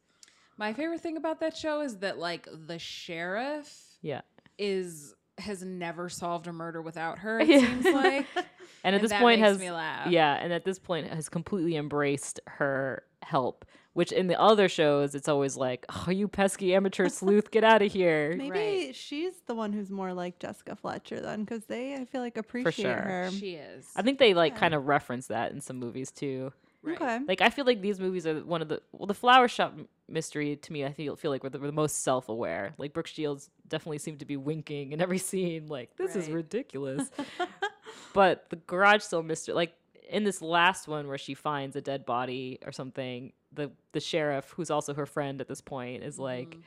[SPEAKER 3] My favorite thing about that show is that like the sheriff
[SPEAKER 1] Yeah.
[SPEAKER 3] is has never solved a murder without her.
[SPEAKER 1] [laughs]
[SPEAKER 3] It
[SPEAKER 1] Yeah.
[SPEAKER 3] seems like, and,
[SPEAKER 1] And at this
[SPEAKER 3] that
[SPEAKER 1] point
[SPEAKER 3] makes
[SPEAKER 1] has
[SPEAKER 3] me laugh.
[SPEAKER 1] yeah, and at this point has completely embraced her help. Which in the other shows, it's always like, "Oh, you pesky
[SPEAKER 3] [laughs]
[SPEAKER 1] amateur sleuth, get out of here!"
[SPEAKER 2] Maybe
[SPEAKER 3] Right.
[SPEAKER 2] she's the one who's more like Jessica Fletcher then, because they I feel like appreciate
[SPEAKER 1] sure.
[SPEAKER 2] her.
[SPEAKER 3] she is.
[SPEAKER 1] I think they like
[SPEAKER 2] Yeah.
[SPEAKER 1] kind of reference that in some movies too.
[SPEAKER 3] right.
[SPEAKER 2] Okay.
[SPEAKER 1] Like I feel like these movies are one of the well, the flower shop m- mystery to me. I feel feel like were the, were the most self aware. Like Brooke Shields definitely seemed to be winking in every [laughs] scene. Like this is
[SPEAKER 3] Right.
[SPEAKER 1] ridiculous. but the garage sale mystery, like in this last one where she finds a dead body or something, the the sheriff who's also her friend at this point is like.
[SPEAKER 3] Mhm.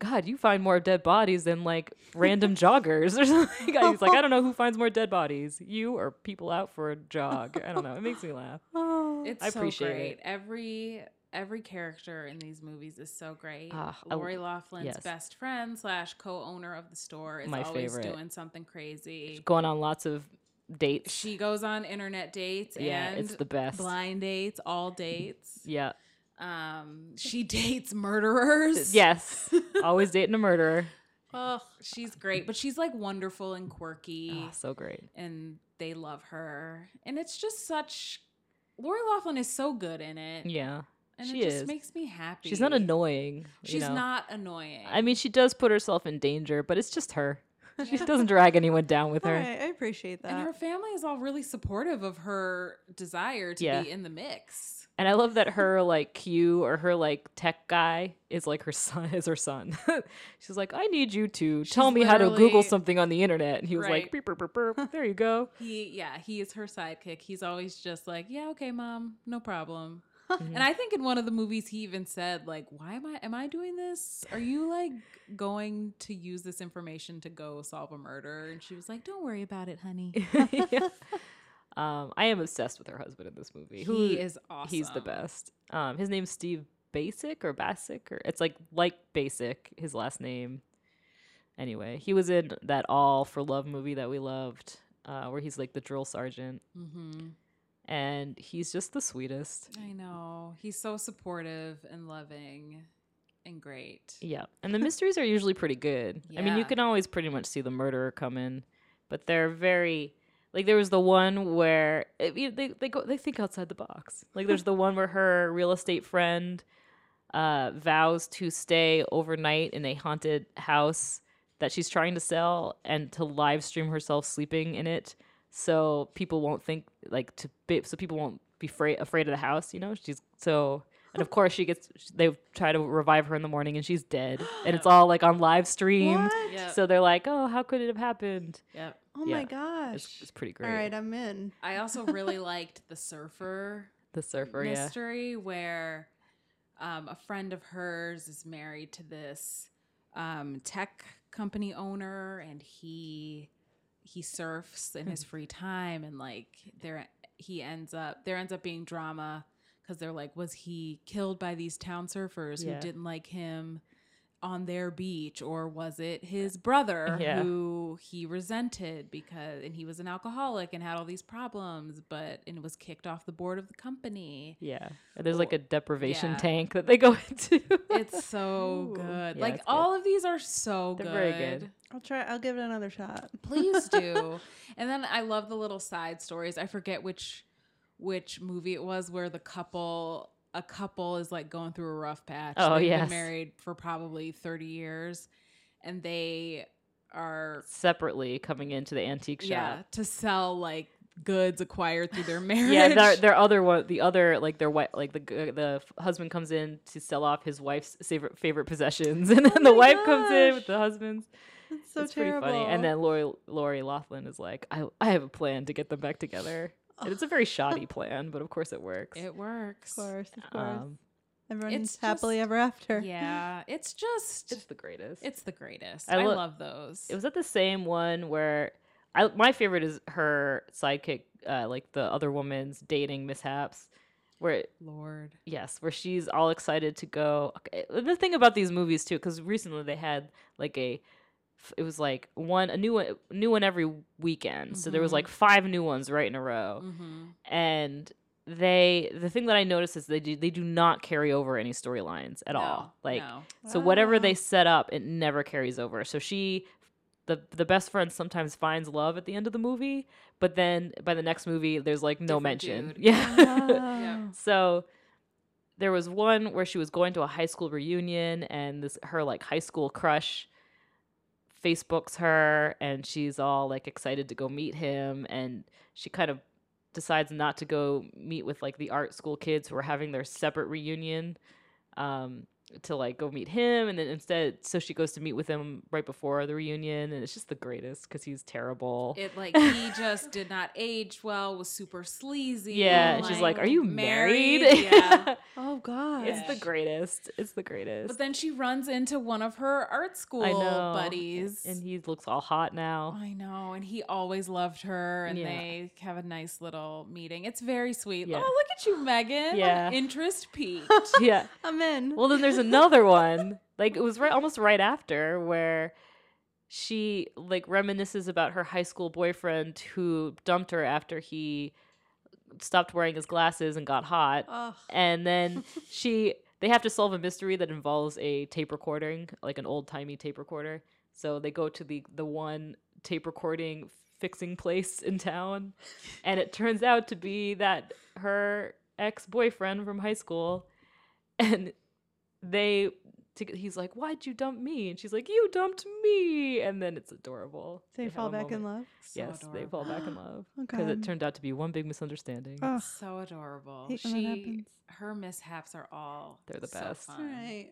[SPEAKER 1] God, you find more dead bodies than like random joggers or [laughs] something. He's like, I don't know who finds more dead bodies, you or people out for a jog. I don't know. It makes me laugh.
[SPEAKER 2] oh.
[SPEAKER 3] It's
[SPEAKER 1] I
[SPEAKER 3] so
[SPEAKER 1] appreciate
[SPEAKER 3] great.
[SPEAKER 1] it.
[SPEAKER 3] Every every character in these movies is so great.
[SPEAKER 1] Ah, I-
[SPEAKER 3] Lori Laughlin's
[SPEAKER 1] yes.
[SPEAKER 3] best friend slash co-owner of the store is
[SPEAKER 1] My
[SPEAKER 3] always
[SPEAKER 1] favorite.
[SPEAKER 3] doing something crazy.
[SPEAKER 1] Going on lots of dates.
[SPEAKER 3] She goes on internet dates
[SPEAKER 1] yeah,
[SPEAKER 3] and
[SPEAKER 1] it's the best.
[SPEAKER 3] blind dates, all dates.
[SPEAKER 1] [laughs] Yeah.
[SPEAKER 3] Um, she dates
[SPEAKER 1] [laughs]
[SPEAKER 3] murderers. [laughs]
[SPEAKER 1] Yes. Always dating a murderer.
[SPEAKER 3] Ugh, she's great, but she's like wonderful and quirky,
[SPEAKER 1] Ah, so great.
[SPEAKER 3] and they love her. And it's just such. Lori Laughlin is so good in it.
[SPEAKER 1] Yeah.
[SPEAKER 3] and
[SPEAKER 1] she
[SPEAKER 3] it just
[SPEAKER 1] is.
[SPEAKER 3] makes me happy.
[SPEAKER 1] She's not annoying. you
[SPEAKER 3] She's
[SPEAKER 1] know.
[SPEAKER 3] not annoying.
[SPEAKER 1] I mean, she does put herself in danger, but it's just her. She
[SPEAKER 3] Yeah.
[SPEAKER 1] doesn't drag anyone down with
[SPEAKER 2] All
[SPEAKER 1] her.
[SPEAKER 2] right, I appreciate that.
[SPEAKER 3] and her family is all really supportive of her desire to
[SPEAKER 1] Yeah.
[SPEAKER 3] be in the mix.
[SPEAKER 1] And I love that her like Q or her like tech guy is like her son [laughs] is her son. She's like, I need you to tell
[SPEAKER 3] She's
[SPEAKER 1] me how to Google
[SPEAKER 3] literally-
[SPEAKER 1] something on the internet. And he was
[SPEAKER 3] Right.
[SPEAKER 1] like, beep, burp, burp, burp. there you
[SPEAKER 3] [laughs]
[SPEAKER 1] go. [laughs]
[SPEAKER 3] He, yeah, he is her sidekick. He's always just like, yeah, okay, mom, no problem. [laughs]
[SPEAKER 1] Mhm.
[SPEAKER 3] And I think in one of the movies, he even said, like, why am I, am I doing this? Are you like going to use this information to go solve a murder? And she was like, don't worry about it, honey.
[SPEAKER 1] Yeah. um, I am obsessed with her husband in this movie. [laughs] who-
[SPEAKER 3] He is awesome.
[SPEAKER 1] He's the best. Um, his name's Steve Basic or Basic or it's like like Basic. His last name. Anyway, he was in that All for Love movie that we loved, uh, where he's like the drill sergeant,
[SPEAKER 3] hmm
[SPEAKER 1] and he's just the sweetest.
[SPEAKER 3] I know. He's so supportive and loving and great.
[SPEAKER 1] Yeah, and the mysteries are usually pretty good. I mean,
[SPEAKER 3] Yeah.
[SPEAKER 1] you can always pretty much see the murderer come in, but they're very like there was the one where I mean, they they go they think outside the box. Like there's the one where her real estate friend uh, vows to stay overnight in a haunted house that she's trying to sell and to live stream herself sleeping in it, so people won't think like to be, so people won't be afraid afraid of the house. You know, she's so. And of course, she gets. They try to revive her in the morning, and she's dead. And it's all like on live stream.
[SPEAKER 2] What?
[SPEAKER 3] Yeah.
[SPEAKER 1] So they're like, "Oh, how could it have happened?"
[SPEAKER 3] Yep.
[SPEAKER 2] Oh
[SPEAKER 1] Yeah.
[SPEAKER 2] my gosh.
[SPEAKER 1] It's, it's pretty great.
[SPEAKER 2] All right, I'm in.
[SPEAKER 3] I also really liked the surfer
[SPEAKER 1] the surfer, yeah,
[SPEAKER 3] mystery where um, a friend of hers is married to this um, tech company owner, and he he surfs in
[SPEAKER 1] Hmm.
[SPEAKER 3] his free time, and like there he ends up there ends up being drama because they're like, was he killed by these town surfers
[SPEAKER 1] Yeah.
[SPEAKER 3] who didn't like him? On their beach, or was it his brother
[SPEAKER 1] [laughs] Yeah.
[SPEAKER 3] who he resented because, and he was an alcoholic and had all these problems, but and was kicked off the board of the company.
[SPEAKER 1] yeah. And there's like a deprivation
[SPEAKER 3] Yeah.
[SPEAKER 1] tank that they go [laughs] into.
[SPEAKER 3] It's so
[SPEAKER 1] [laughs]
[SPEAKER 2] Ooh.
[SPEAKER 3] good.
[SPEAKER 1] Yeah,
[SPEAKER 3] like
[SPEAKER 1] it's good.
[SPEAKER 3] all of these are so
[SPEAKER 1] They're
[SPEAKER 3] good.
[SPEAKER 1] very good.
[SPEAKER 2] I'll try. I'll give it another shot.
[SPEAKER 3] [laughs]
[SPEAKER 2] [laughs]
[SPEAKER 1] [laughs]
[SPEAKER 3] Please do. and then I love the little side stories. I forget which which movie it was where the couple a couple is like going through a rough patch.
[SPEAKER 1] Oh,
[SPEAKER 3] They've
[SPEAKER 1] yes.
[SPEAKER 3] been married for probably 30 years and they are
[SPEAKER 1] separately coming into the antique shop.
[SPEAKER 3] yeah to sell like goods acquired through their marriage.
[SPEAKER 1] Yeah,
[SPEAKER 2] [laughs]
[SPEAKER 1] their, their other one, the other like their wife, like the g- the f- husband comes in to sell off his wife's favorite favorite possessions, [laughs] and then the
[SPEAKER 2] Oh my
[SPEAKER 1] wife comes in with
[SPEAKER 2] gosh.
[SPEAKER 1] the husband's.
[SPEAKER 2] That's so
[SPEAKER 1] it's
[SPEAKER 2] terrible.
[SPEAKER 1] pretty funny. And then Lori Lori Laughlin is like, I I have a plan to get them back together, and it's a
[SPEAKER 2] [sighs]
[SPEAKER 1] very shoddy plan, but of course it works.
[SPEAKER 3] it works.
[SPEAKER 2] of course, of course,
[SPEAKER 1] Um,
[SPEAKER 2] everyone's
[SPEAKER 3] it's
[SPEAKER 2] happily
[SPEAKER 3] just-
[SPEAKER 2] ever after. [laughs]
[SPEAKER 3] Yeah, it's
[SPEAKER 1] it's
[SPEAKER 3] just it's,
[SPEAKER 1] the greatest.
[SPEAKER 3] the greatest.
[SPEAKER 1] I
[SPEAKER 3] I,
[SPEAKER 1] lo-
[SPEAKER 3] love those.
[SPEAKER 1] It was at the same one where I my favorite is her sidekick, uh, like the other woman's dating mishaps, where
[SPEAKER 3] Lord.
[SPEAKER 1] yes, where she's all excited to go. Okay, the thing about these movies too, because recently they had like a, f- it was like one a new one new one every weekend, so there was
[SPEAKER 3] Mhm.
[SPEAKER 1] like five new ones right in a row,
[SPEAKER 3] Mm-hmm.
[SPEAKER 1] and they the thing that I noticed is they do they do not carry over any storylines at all, like. [laughs] So whatever
[SPEAKER 3] Ah.
[SPEAKER 1] they
[SPEAKER 2] Wow.
[SPEAKER 1] set up, it never carries over. So she the the best friend sometimes finds love at the end of the movie, but then by the next movie there's like no
[SPEAKER 3] Different
[SPEAKER 1] mention. [laughs]
[SPEAKER 3] dude.
[SPEAKER 1] Yeah.
[SPEAKER 2] Wow.
[SPEAKER 1] so there was one where she was going to a high school reunion and this her like high school crush Facebooks her and she's all like excited to go meet him and she kind of decides not to go meet with like the art school kids who are having their separate reunion um to like go meet him and then instead so she goes to meet with him right before the reunion and it's just the greatest because he's terrible
[SPEAKER 3] It like he just did not age well, was super sleazy.
[SPEAKER 1] yeah
[SPEAKER 2] and
[SPEAKER 1] and she's like are you married, [laughs]
[SPEAKER 3] Yeah.
[SPEAKER 2] Oh God.
[SPEAKER 1] it's the
[SPEAKER 3] Yeah.
[SPEAKER 1] greatest it's the greatest
[SPEAKER 3] But then she runs into one of her art school
[SPEAKER 1] I know.
[SPEAKER 3] buddies.
[SPEAKER 1] and he looks all hot
[SPEAKER 3] [laughs]
[SPEAKER 1] now
[SPEAKER 3] I know, and he always loved her, and
[SPEAKER 1] Yeah.
[SPEAKER 3] they have a nice little meeting. It's very sweet.
[SPEAKER 1] Yeah.
[SPEAKER 3] Oh, look at you, Megan!
[SPEAKER 1] Yeah.
[SPEAKER 3] interest peaked.
[SPEAKER 1] yeah
[SPEAKER 2] I'm in.
[SPEAKER 1] Well, then there's another one. Like it was right almost right after where she like reminisces about her high school boyfriend who dumped her after he stopped wearing his glasses and got hot.
[SPEAKER 2] Ugh.
[SPEAKER 1] And
[SPEAKER 2] [laughs]
[SPEAKER 1] then she they have to solve a mystery that involves a tape recording, like an old-timey tape recorder. So they go to the the one tape recording fixing place in town and it turns out to be that her ex-boyfriend from high school and they to- he's like why'd you dump me and she's like you dumped me and then it's adorable
[SPEAKER 2] they,
[SPEAKER 1] have
[SPEAKER 2] fall
[SPEAKER 1] a
[SPEAKER 2] back in
[SPEAKER 1] moment.
[SPEAKER 2] love.
[SPEAKER 1] [laughs]
[SPEAKER 3] So
[SPEAKER 1] yes they fall back in love because
[SPEAKER 2] Okay.
[SPEAKER 1] it turned out to be one big misunderstanding
[SPEAKER 2] Ugh.
[SPEAKER 3] So adorable.
[SPEAKER 2] Hate when that
[SPEAKER 3] She,
[SPEAKER 2] happens.
[SPEAKER 3] her mishaps are all
[SPEAKER 1] They're the
[SPEAKER 3] so
[SPEAKER 1] best.
[SPEAKER 2] All
[SPEAKER 3] fun.
[SPEAKER 2] right.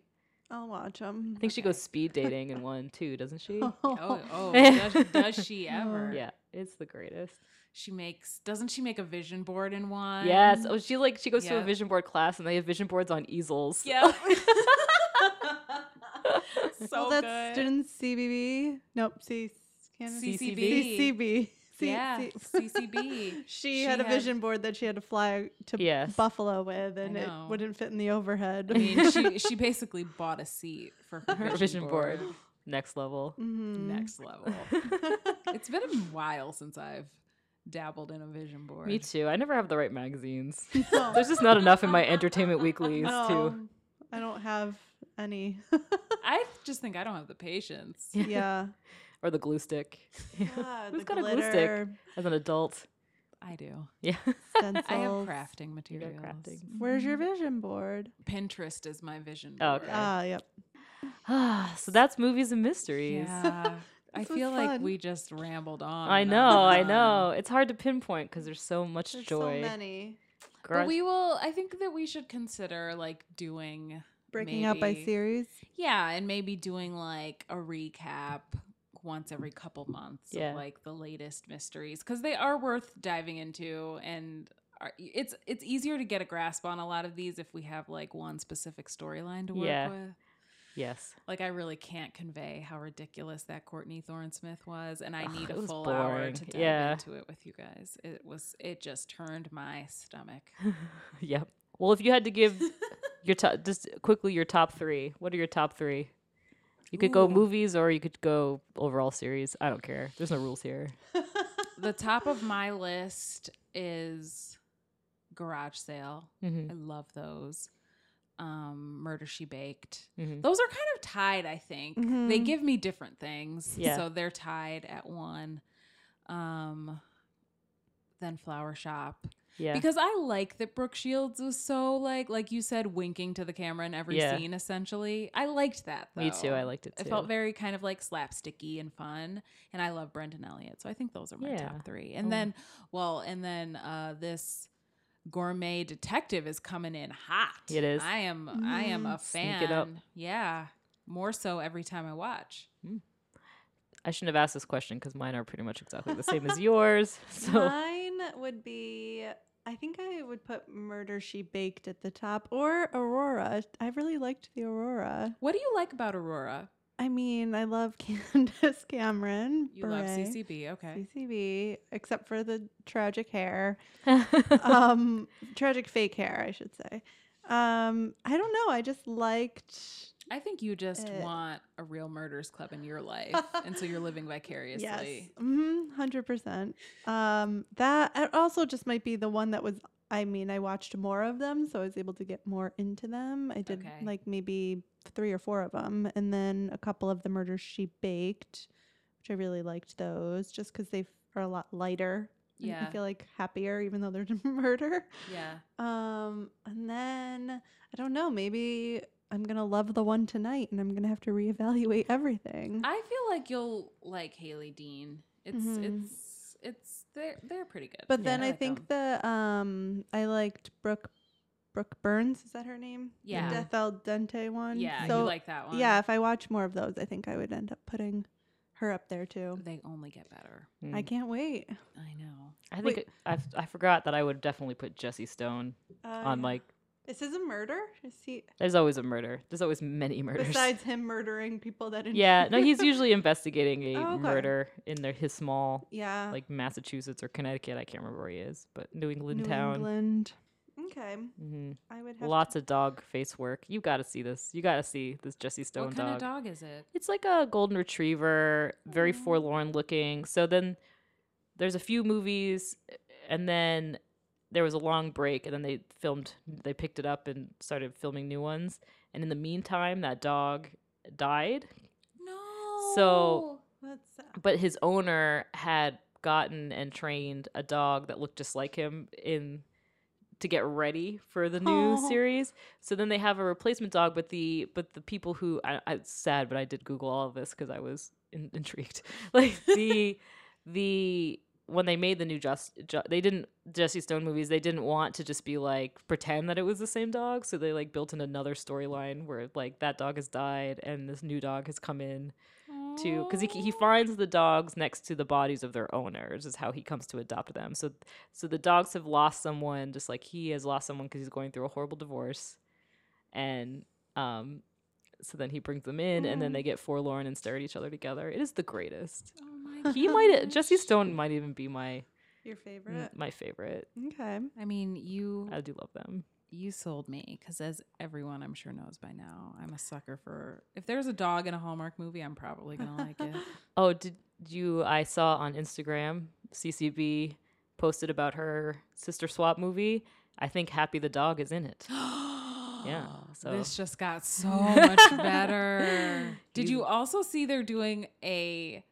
[SPEAKER 2] I'll watch them.
[SPEAKER 1] um, i think she
[SPEAKER 2] [laughs]
[SPEAKER 3] Okay.
[SPEAKER 1] goes speed dating in one too doesn't she
[SPEAKER 3] Oh,
[SPEAKER 1] [laughs]
[SPEAKER 3] oh does, does she
[SPEAKER 2] Oh.
[SPEAKER 3] ever?
[SPEAKER 1] yeah it's the greatest
[SPEAKER 3] She makes. Doesn't she make a vision board in one?
[SPEAKER 1] yes oh she like she goes to a
[SPEAKER 3] Yeah.
[SPEAKER 1] vision board class and they have vision boards on easels [laughs]
[SPEAKER 3] Yeah. [laughs] so
[SPEAKER 2] well,
[SPEAKER 3] good.
[SPEAKER 2] that's students CBB. Nope, C Canada-
[SPEAKER 3] CCB.
[SPEAKER 2] CCB. C- [laughs]
[SPEAKER 3] yeah.
[SPEAKER 2] C-
[SPEAKER 3] CCB.
[SPEAKER 2] She, had a vision board that she had to fly to
[SPEAKER 1] Yes.
[SPEAKER 2] Buffalo with, and it
[SPEAKER 3] know.
[SPEAKER 2] wouldn't fit in the overhead.
[SPEAKER 1] [laughs]
[SPEAKER 3] I
[SPEAKER 2] [laughs]
[SPEAKER 3] mean, she she basically bought a seat for her vision,
[SPEAKER 1] vision board.
[SPEAKER 3] board.
[SPEAKER 1] next level
[SPEAKER 2] Mhm.
[SPEAKER 3] Next
[SPEAKER 2] [laughs]
[SPEAKER 3] level. it's been a while since I've dabbled in a vision board.
[SPEAKER 1] me too i never have the right magazines
[SPEAKER 2] No.
[SPEAKER 1] there's just not enough in my entertainment weeklies to
[SPEAKER 3] Oh.
[SPEAKER 2] No, I don't have any.
[SPEAKER 3] I just think I don't have the patience.
[SPEAKER 2] yeah.
[SPEAKER 1] or the glue stick. [laughs]
[SPEAKER 2] God,
[SPEAKER 1] Who's
[SPEAKER 2] the
[SPEAKER 1] got a glue stick?
[SPEAKER 2] glitter,
[SPEAKER 1] As an adult,
[SPEAKER 3] I do.
[SPEAKER 1] yeah. [laughs]
[SPEAKER 3] I have
[SPEAKER 2] stencils.
[SPEAKER 3] crafting materials.
[SPEAKER 1] crafting.
[SPEAKER 2] Where's your vision board?
[SPEAKER 3] Pinterest is my vision
[SPEAKER 1] Oh,
[SPEAKER 3] board.
[SPEAKER 1] okay.
[SPEAKER 2] Ah, yep.
[SPEAKER 1] Ah, so that's movies and mysteries. [laughs]
[SPEAKER 3] Yeah. Oh, I
[SPEAKER 2] This was
[SPEAKER 3] feel like
[SPEAKER 2] fun.
[SPEAKER 3] we just rambled on.
[SPEAKER 1] I
[SPEAKER 3] and
[SPEAKER 1] know,
[SPEAKER 3] on
[SPEAKER 1] I
[SPEAKER 3] and
[SPEAKER 1] know.
[SPEAKER 3] on.
[SPEAKER 1] It's hard to pinpoint because there's so much
[SPEAKER 2] There's
[SPEAKER 1] joy.
[SPEAKER 2] so many.
[SPEAKER 1] Garage-
[SPEAKER 3] But we will. I think that we should consider like doing.
[SPEAKER 2] Breaking out by
[SPEAKER 3] Maybe.
[SPEAKER 2] series.
[SPEAKER 3] Yeah, and maybe doing like a recap once every couple months
[SPEAKER 1] Yeah.
[SPEAKER 3] of like the latest mysteries because they are worth diving into and. Are, it's it's easier to get a grasp on a lot of these if we have like one specific storyline to work
[SPEAKER 1] Yeah.
[SPEAKER 3] with.
[SPEAKER 1] yes,
[SPEAKER 3] Like I really can't convey how ridiculous that Courtney Thorne Smith was, and
[SPEAKER 1] [laughs]
[SPEAKER 3] I
[SPEAKER 1] Ugh,
[SPEAKER 3] need
[SPEAKER 1] it
[SPEAKER 3] a
[SPEAKER 1] was
[SPEAKER 3] full hour
[SPEAKER 1] boring.
[SPEAKER 3] to dive
[SPEAKER 1] Yeah.
[SPEAKER 3] into it with you guys. It was it just turned my stomach. [laughs]
[SPEAKER 1] yep. Well, if you had to
[SPEAKER 2] [laughs]
[SPEAKER 1] give your top, just quickly your top three. What are your top three? You could go
[SPEAKER 3] Ooh.
[SPEAKER 1] movies or you could go overall series. I don't care. There's no rules here.
[SPEAKER 3] the top of my list is Garage Sale.
[SPEAKER 1] hmm
[SPEAKER 3] I love those. Um, Murder She Baked.
[SPEAKER 1] hmm
[SPEAKER 3] Those are kind of tied, I think. They
[SPEAKER 1] Mm-hmm.
[SPEAKER 2] Mhm.
[SPEAKER 3] give me different things.
[SPEAKER 1] Yeah.
[SPEAKER 3] So they're tied at one. Um than Flower Shop.
[SPEAKER 1] Yeah.
[SPEAKER 3] Because I like that Brooke Shields was so like like you said, winking to the camera in every
[SPEAKER 1] Yeah.
[SPEAKER 3] scene essentially. I liked that though.
[SPEAKER 1] Me too.
[SPEAKER 2] Oh,
[SPEAKER 1] I liked it too.
[SPEAKER 3] It felt very kind of like slapsticky and fun. And I love Brendan Elliott. So I think those are my
[SPEAKER 1] Yeah.
[SPEAKER 3] top three. And
[SPEAKER 1] Oh.
[SPEAKER 3] then, well, and then uh, this gourmet detective is coming in hot.
[SPEAKER 1] It is. Mm,
[SPEAKER 3] I am I am a
[SPEAKER 1] Sneak
[SPEAKER 3] fan.
[SPEAKER 1] it up.
[SPEAKER 3] Yeah. More so every time I watch.
[SPEAKER 1] I shouldn't have asked this question because mine are pretty much exactly the same as
[SPEAKER 2] [laughs]
[SPEAKER 1] yours. [laughs] So
[SPEAKER 2] Mine would be. I think I would put Murder She Baked at the top or Aurora. I really liked the Aurora.
[SPEAKER 3] What do you like about Aurora?
[SPEAKER 2] I mean, I love [laughs] Candace Cameron.
[SPEAKER 3] You love
[SPEAKER 2] Bure,
[SPEAKER 3] CCB, okay.
[SPEAKER 2] CCB, except for the tragic hair, [laughs] um, tragic fake hair, I should say. Um, I don't know. I just liked.
[SPEAKER 3] I think you just
[SPEAKER 2] Uh,
[SPEAKER 3] want a real murders club in your life. and so you're
[SPEAKER 2] [laughs]
[SPEAKER 3] living vicariously.
[SPEAKER 2] Yes, 100 percent. Um, that and also just might be the one that was. I mean, I watched more of them, so I was able to get more into them. I did
[SPEAKER 3] Okay.
[SPEAKER 2] like maybe three or four of them, and then a couple of the murders she baked, which I really liked those, just because they f- are a lot lighter. and
[SPEAKER 3] Yeah.
[SPEAKER 2] I feel like happier, even though they're [laughs] murder.
[SPEAKER 3] Yeah.
[SPEAKER 2] Um, and then I don't know. Maybe I'm gonna love the one tonight, and I'm gonna have to reevaluate everything.
[SPEAKER 3] I feel like you'll like Haley Dean. It's
[SPEAKER 2] Mhm.
[SPEAKER 3] it's it's they're they're pretty good.
[SPEAKER 2] But then
[SPEAKER 1] Yeah,
[SPEAKER 2] I,
[SPEAKER 3] like
[SPEAKER 2] think
[SPEAKER 3] them.
[SPEAKER 2] the um I liked Brooke Brooke Burns, is that her name?
[SPEAKER 3] Yeah.
[SPEAKER 2] The Death Al Dente one.
[SPEAKER 3] yeah,
[SPEAKER 2] So
[SPEAKER 3] you like that one.
[SPEAKER 2] yeah, if I watch more of those, I think I would end up putting her up there too.
[SPEAKER 3] they only get better.
[SPEAKER 2] I
[SPEAKER 1] Mm.
[SPEAKER 2] can't wait.
[SPEAKER 3] I know.
[SPEAKER 1] I think
[SPEAKER 2] wait.
[SPEAKER 1] I, I forgot that I would definitely put Jesse Stone
[SPEAKER 2] Uh,
[SPEAKER 1] on like.
[SPEAKER 2] This is a murder? Is he
[SPEAKER 1] There's always a murder. There's always many murders.
[SPEAKER 2] besides him murdering people that
[SPEAKER 1] yeah, no, he's usually investigating a
[SPEAKER 2] [laughs] Oh, okay.
[SPEAKER 1] murder in their his small
[SPEAKER 2] [laughs] Yeah.
[SPEAKER 1] like Massachusetts or Connecticut. I can't remember where he is, but New England
[SPEAKER 2] New
[SPEAKER 1] town.
[SPEAKER 2] England. Okay.
[SPEAKER 1] hmm
[SPEAKER 2] I would have
[SPEAKER 1] Lots of dog face work. You got to see this. You got to see this Jesse Stone
[SPEAKER 3] what kind
[SPEAKER 1] dog.
[SPEAKER 3] of dog is it?
[SPEAKER 1] It's like a golden retriever,
[SPEAKER 2] Oh.
[SPEAKER 1] very
[SPEAKER 3] Aw.
[SPEAKER 1] forlorn looking. So then there's a few movies, and then there was a long break, and then they filmed, they picked it up and started filming new ones. And in the meantime, that dog died,
[SPEAKER 3] No.
[SPEAKER 2] That's sad.
[SPEAKER 1] but his owner had gotten and trained a dog that looked just like him in to get ready for the new
[SPEAKER 2] Aw.
[SPEAKER 1] series. So then they have a replacement dog, but the but the people who I, I it's sad, but I did Google all of this because I was in, [laughs] intrigued. Like the the when they made the new just Ju- they didn't Jesse Stone movies, they didn't want to just be like pretend that it was the same dog, so they like built in another storyline where like that dog has died and this new dog has come in to because he, he
[SPEAKER 3] Aw.
[SPEAKER 1] finds the dogs next to the bodies of their owners is how he comes to adopt them so so the dogs have lost someone just like he has lost someone because he's going through a horrible divorce and um so then he brings them in and then
[SPEAKER 2] Mm.
[SPEAKER 1] they get forlorn and stare at each other together it is the greatest
[SPEAKER 3] Oh
[SPEAKER 1] [laughs]
[SPEAKER 3] my
[SPEAKER 1] he might
[SPEAKER 3] [laughs] gosh.
[SPEAKER 1] jesse stone might even be my
[SPEAKER 2] Your
[SPEAKER 1] m-
[SPEAKER 2] favorite.
[SPEAKER 1] my favorite
[SPEAKER 2] Okay.
[SPEAKER 3] I mean, you
[SPEAKER 1] i do love them
[SPEAKER 3] you sold me because as everyone I'm sure knows by now, I'm a sucker for if there's a dog in a Hallmark movie, I'm probably gonna
[SPEAKER 1] [laughs]
[SPEAKER 3] like it.
[SPEAKER 1] oh did you i saw on instagram ccb posted about her sister swap movie i think happy the dog is in it
[SPEAKER 3] yeah. [gasps]
[SPEAKER 1] so-
[SPEAKER 3] this just
[SPEAKER 1] [laughs]
[SPEAKER 3] got so much better. Did
[SPEAKER 1] You-
[SPEAKER 3] you also see they're doing a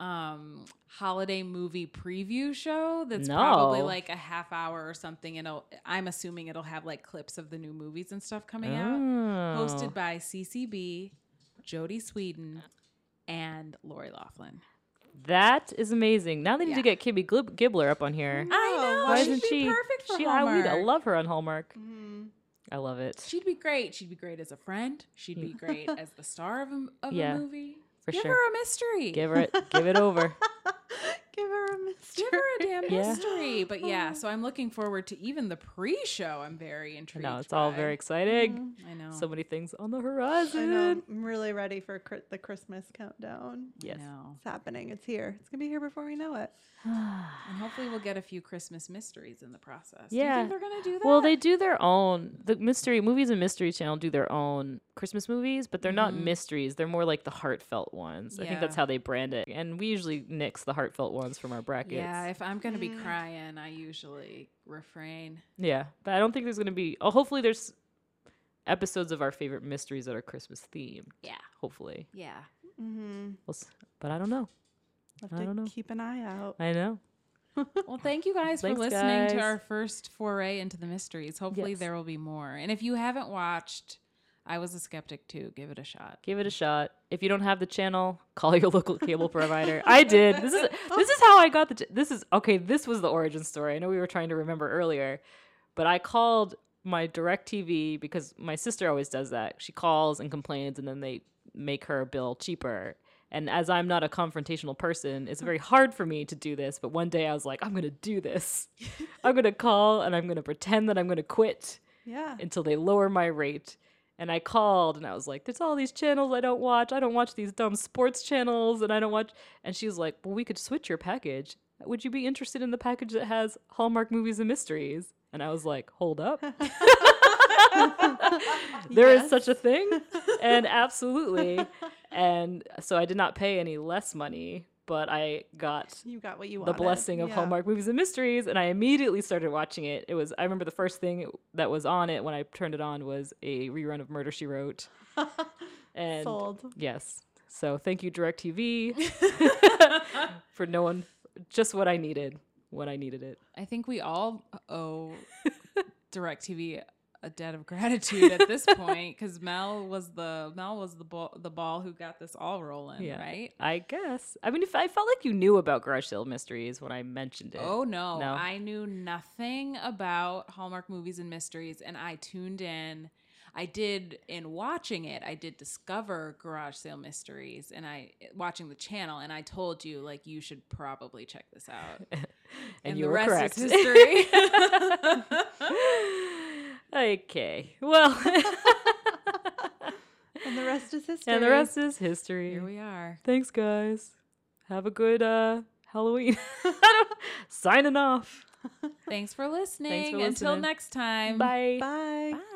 [SPEAKER 3] um holiday movie preview show that's probably
[SPEAKER 1] No.
[SPEAKER 3] like a half hour or something and it'll, I'm assuming it'll have like clips of the new movies and stuff coming out
[SPEAKER 1] Oh.
[SPEAKER 3] hosted by CCB, Jody Sweden, and Lori Laughlin.
[SPEAKER 1] That is amazing. Now they need to
[SPEAKER 3] Yeah.
[SPEAKER 1] get Kimmy Glib- Gibbler up on here.
[SPEAKER 2] No,
[SPEAKER 3] I know.
[SPEAKER 1] Why
[SPEAKER 3] she'd
[SPEAKER 1] isn't
[SPEAKER 3] be
[SPEAKER 1] she
[SPEAKER 3] perfect for
[SPEAKER 1] she? I,
[SPEAKER 3] Hallmark?
[SPEAKER 1] would- I love her on Hallmark.
[SPEAKER 2] Mhm.
[SPEAKER 1] I love it
[SPEAKER 3] She'd be great. She'd be great as a friend. She'd be great as the star of a, of
[SPEAKER 1] Yeah,
[SPEAKER 3] a movie.
[SPEAKER 1] for
[SPEAKER 3] Give
[SPEAKER 1] sure.
[SPEAKER 3] her a mystery.
[SPEAKER 1] Give her
[SPEAKER 3] [laughs]
[SPEAKER 1] it. give it over.
[SPEAKER 2] Give her a mystery.
[SPEAKER 3] Give her a damn
[SPEAKER 1] Yeah.
[SPEAKER 3] mystery. But yeah, so I'm looking forward to even the pre-show. I'm very intrigued.
[SPEAKER 1] No, it's all
[SPEAKER 3] by.
[SPEAKER 1] very exciting.
[SPEAKER 3] I Mm-hmm. know.
[SPEAKER 1] So many things on the
[SPEAKER 2] I
[SPEAKER 1] horizon.
[SPEAKER 3] [sighs]
[SPEAKER 2] know. I'm really ready for cri- the Christmas countdown.
[SPEAKER 3] I
[SPEAKER 1] Yes.
[SPEAKER 3] know.
[SPEAKER 2] It's happening. It's here. It's gonna be here before we know it.
[SPEAKER 3] And hopefully we'll get a few Christmas mysteries in the process.
[SPEAKER 1] Yeah.
[SPEAKER 3] Do you think they're gonna do that?
[SPEAKER 1] Well, they do their own. The mystery movies and Mystery Channel do their own Christmas movies, but they're not
[SPEAKER 3] Mhm.
[SPEAKER 1] mysteries. They're more like the heartfelt ones. I think
[SPEAKER 3] Yeah.
[SPEAKER 1] that's how they brand it. And we usually nix the heartfelt ones from our brackets.
[SPEAKER 3] Yeah, if I'm gonna be
[SPEAKER 2] Mm.
[SPEAKER 3] crying, I usually refrain.
[SPEAKER 1] Yeah, but I don't think there's going to be. Oh, hopefully there's episodes of our favorite mysteries that are Christmas themed.
[SPEAKER 3] Yeah.
[SPEAKER 1] Hopefully,
[SPEAKER 3] Yeah.
[SPEAKER 2] Mm-hmm.
[SPEAKER 1] We'll s- but I don't know.
[SPEAKER 2] Have
[SPEAKER 1] I
[SPEAKER 2] to
[SPEAKER 1] don't know. [laughs]
[SPEAKER 2] keep an eye out.
[SPEAKER 1] I know.
[SPEAKER 3] Well, thank you guys
[SPEAKER 1] Thanks,
[SPEAKER 3] for listening to
[SPEAKER 1] guys.
[SPEAKER 3] our first foray into the mysteries. Hopefully,
[SPEAKER 1] Yes.
[SPEAKER 3] there will be more. And if you haven't watched, I was a skeptic too. Give it a shot.
[SPEAKER 1] Give it a shot. If you don't have the channel, [laughs] call your local cable provider. I did. This is this is how I got the. ch- This is okay. This was the origin story. I know we were trying to remember earlier, but I called my Directv because my sister always does that. She calls and complains, and then they make her bill cheaper. And as I'm not a confrontational person, it's very hard for me to do this. But one day I was like, I'm gonna do this. I'm gonna call and I'm gonna pretend that I'm gonna quit
[SPEAKER 2] Yeah.
[SPEAKER 1] until they lower my rate. And I called and I was like, there's all these channels I don't watch. I don't watch these dumb sports channels and I don't watch. And she's like, well, we could switch your package. Would you be interested in the package that has Hallmark movies and mysteries? And I was like, hold up. [laughs] there is such a thing. And absolutely. And so I did not pay any less money, but I got
[SPEAKER 2] You got what you
[SPEAKER 1] the
[SPEAKER 2] wanted.
[SPEAKER 1] blessing of
[SPEAKER 2] Yeah. [laughs]
[SPEAKER 1] Hallmark movies and mysteries, and I immediately started watching it. It was I remember the first thing that was on it when I turned it on was a rerun of Murder She Wrote. And
[SPEAKER 2] Sold.
[SPEAKER 1] yes, so thank you
[SPEAKER 3] [laughs]
[SPEAKER 1] Directv for no one just what I needed when I needed it.
[SPEAKER 3] I think we all owe
[SPEAKER 1] [laughs]
[SPEAKER 3] DirecTV a debt of gratitude at
[SPEAKER 1] [laughs]
[SPEAKER 3] this point because Mel was the Mel was the ball the ball who got this all rolling,
[SPEAKER 1] Yeah.
[SPEAKER 3] right?
[SPEAKER 1] I guess. I mean, if I felt like you knew about Garage Sale Mysteries when I mentioned it.
[SPEAKER 3] Oh no,
[SPEAKER 1] No.
[SPEAKER 3] I knew nothing about Hallmark movies and mysteries, and I tuned in. I did in watching it. I did discover Garage Sale Mysteries, and I watching the channel, and I told you like you should probably check this out.
[SPEAKER 1] [laughs] and,
[SPEAKER 3] And
[SPEAKER 1] you
[SPEAKER 3] the
[SPEAKER 1] were
[SPEAKER 3] rest
[SPEAKER 1] correct.
[SPEAKER 3] is history.
[SPEAKER 1] [laughs] okay. Well. [laughs]
[SPEAKER 2] And the rest is history.
[SPEAKER 1] and the rest is history.
[SPEAKER 3] Here we are.
[SPEAKER 1] Thanks, guys. Have a good uh, Halloween. [laughs] I don't- Signing off.
[SPEAKER 3] Thanks for listening. Until
[SPEAKER 1] listening.
[SPEAKER 3] next time.
[SPEAKER 1] Bye.
[SPEAKER 2] Bye.
[SPEAKER 3] Bye.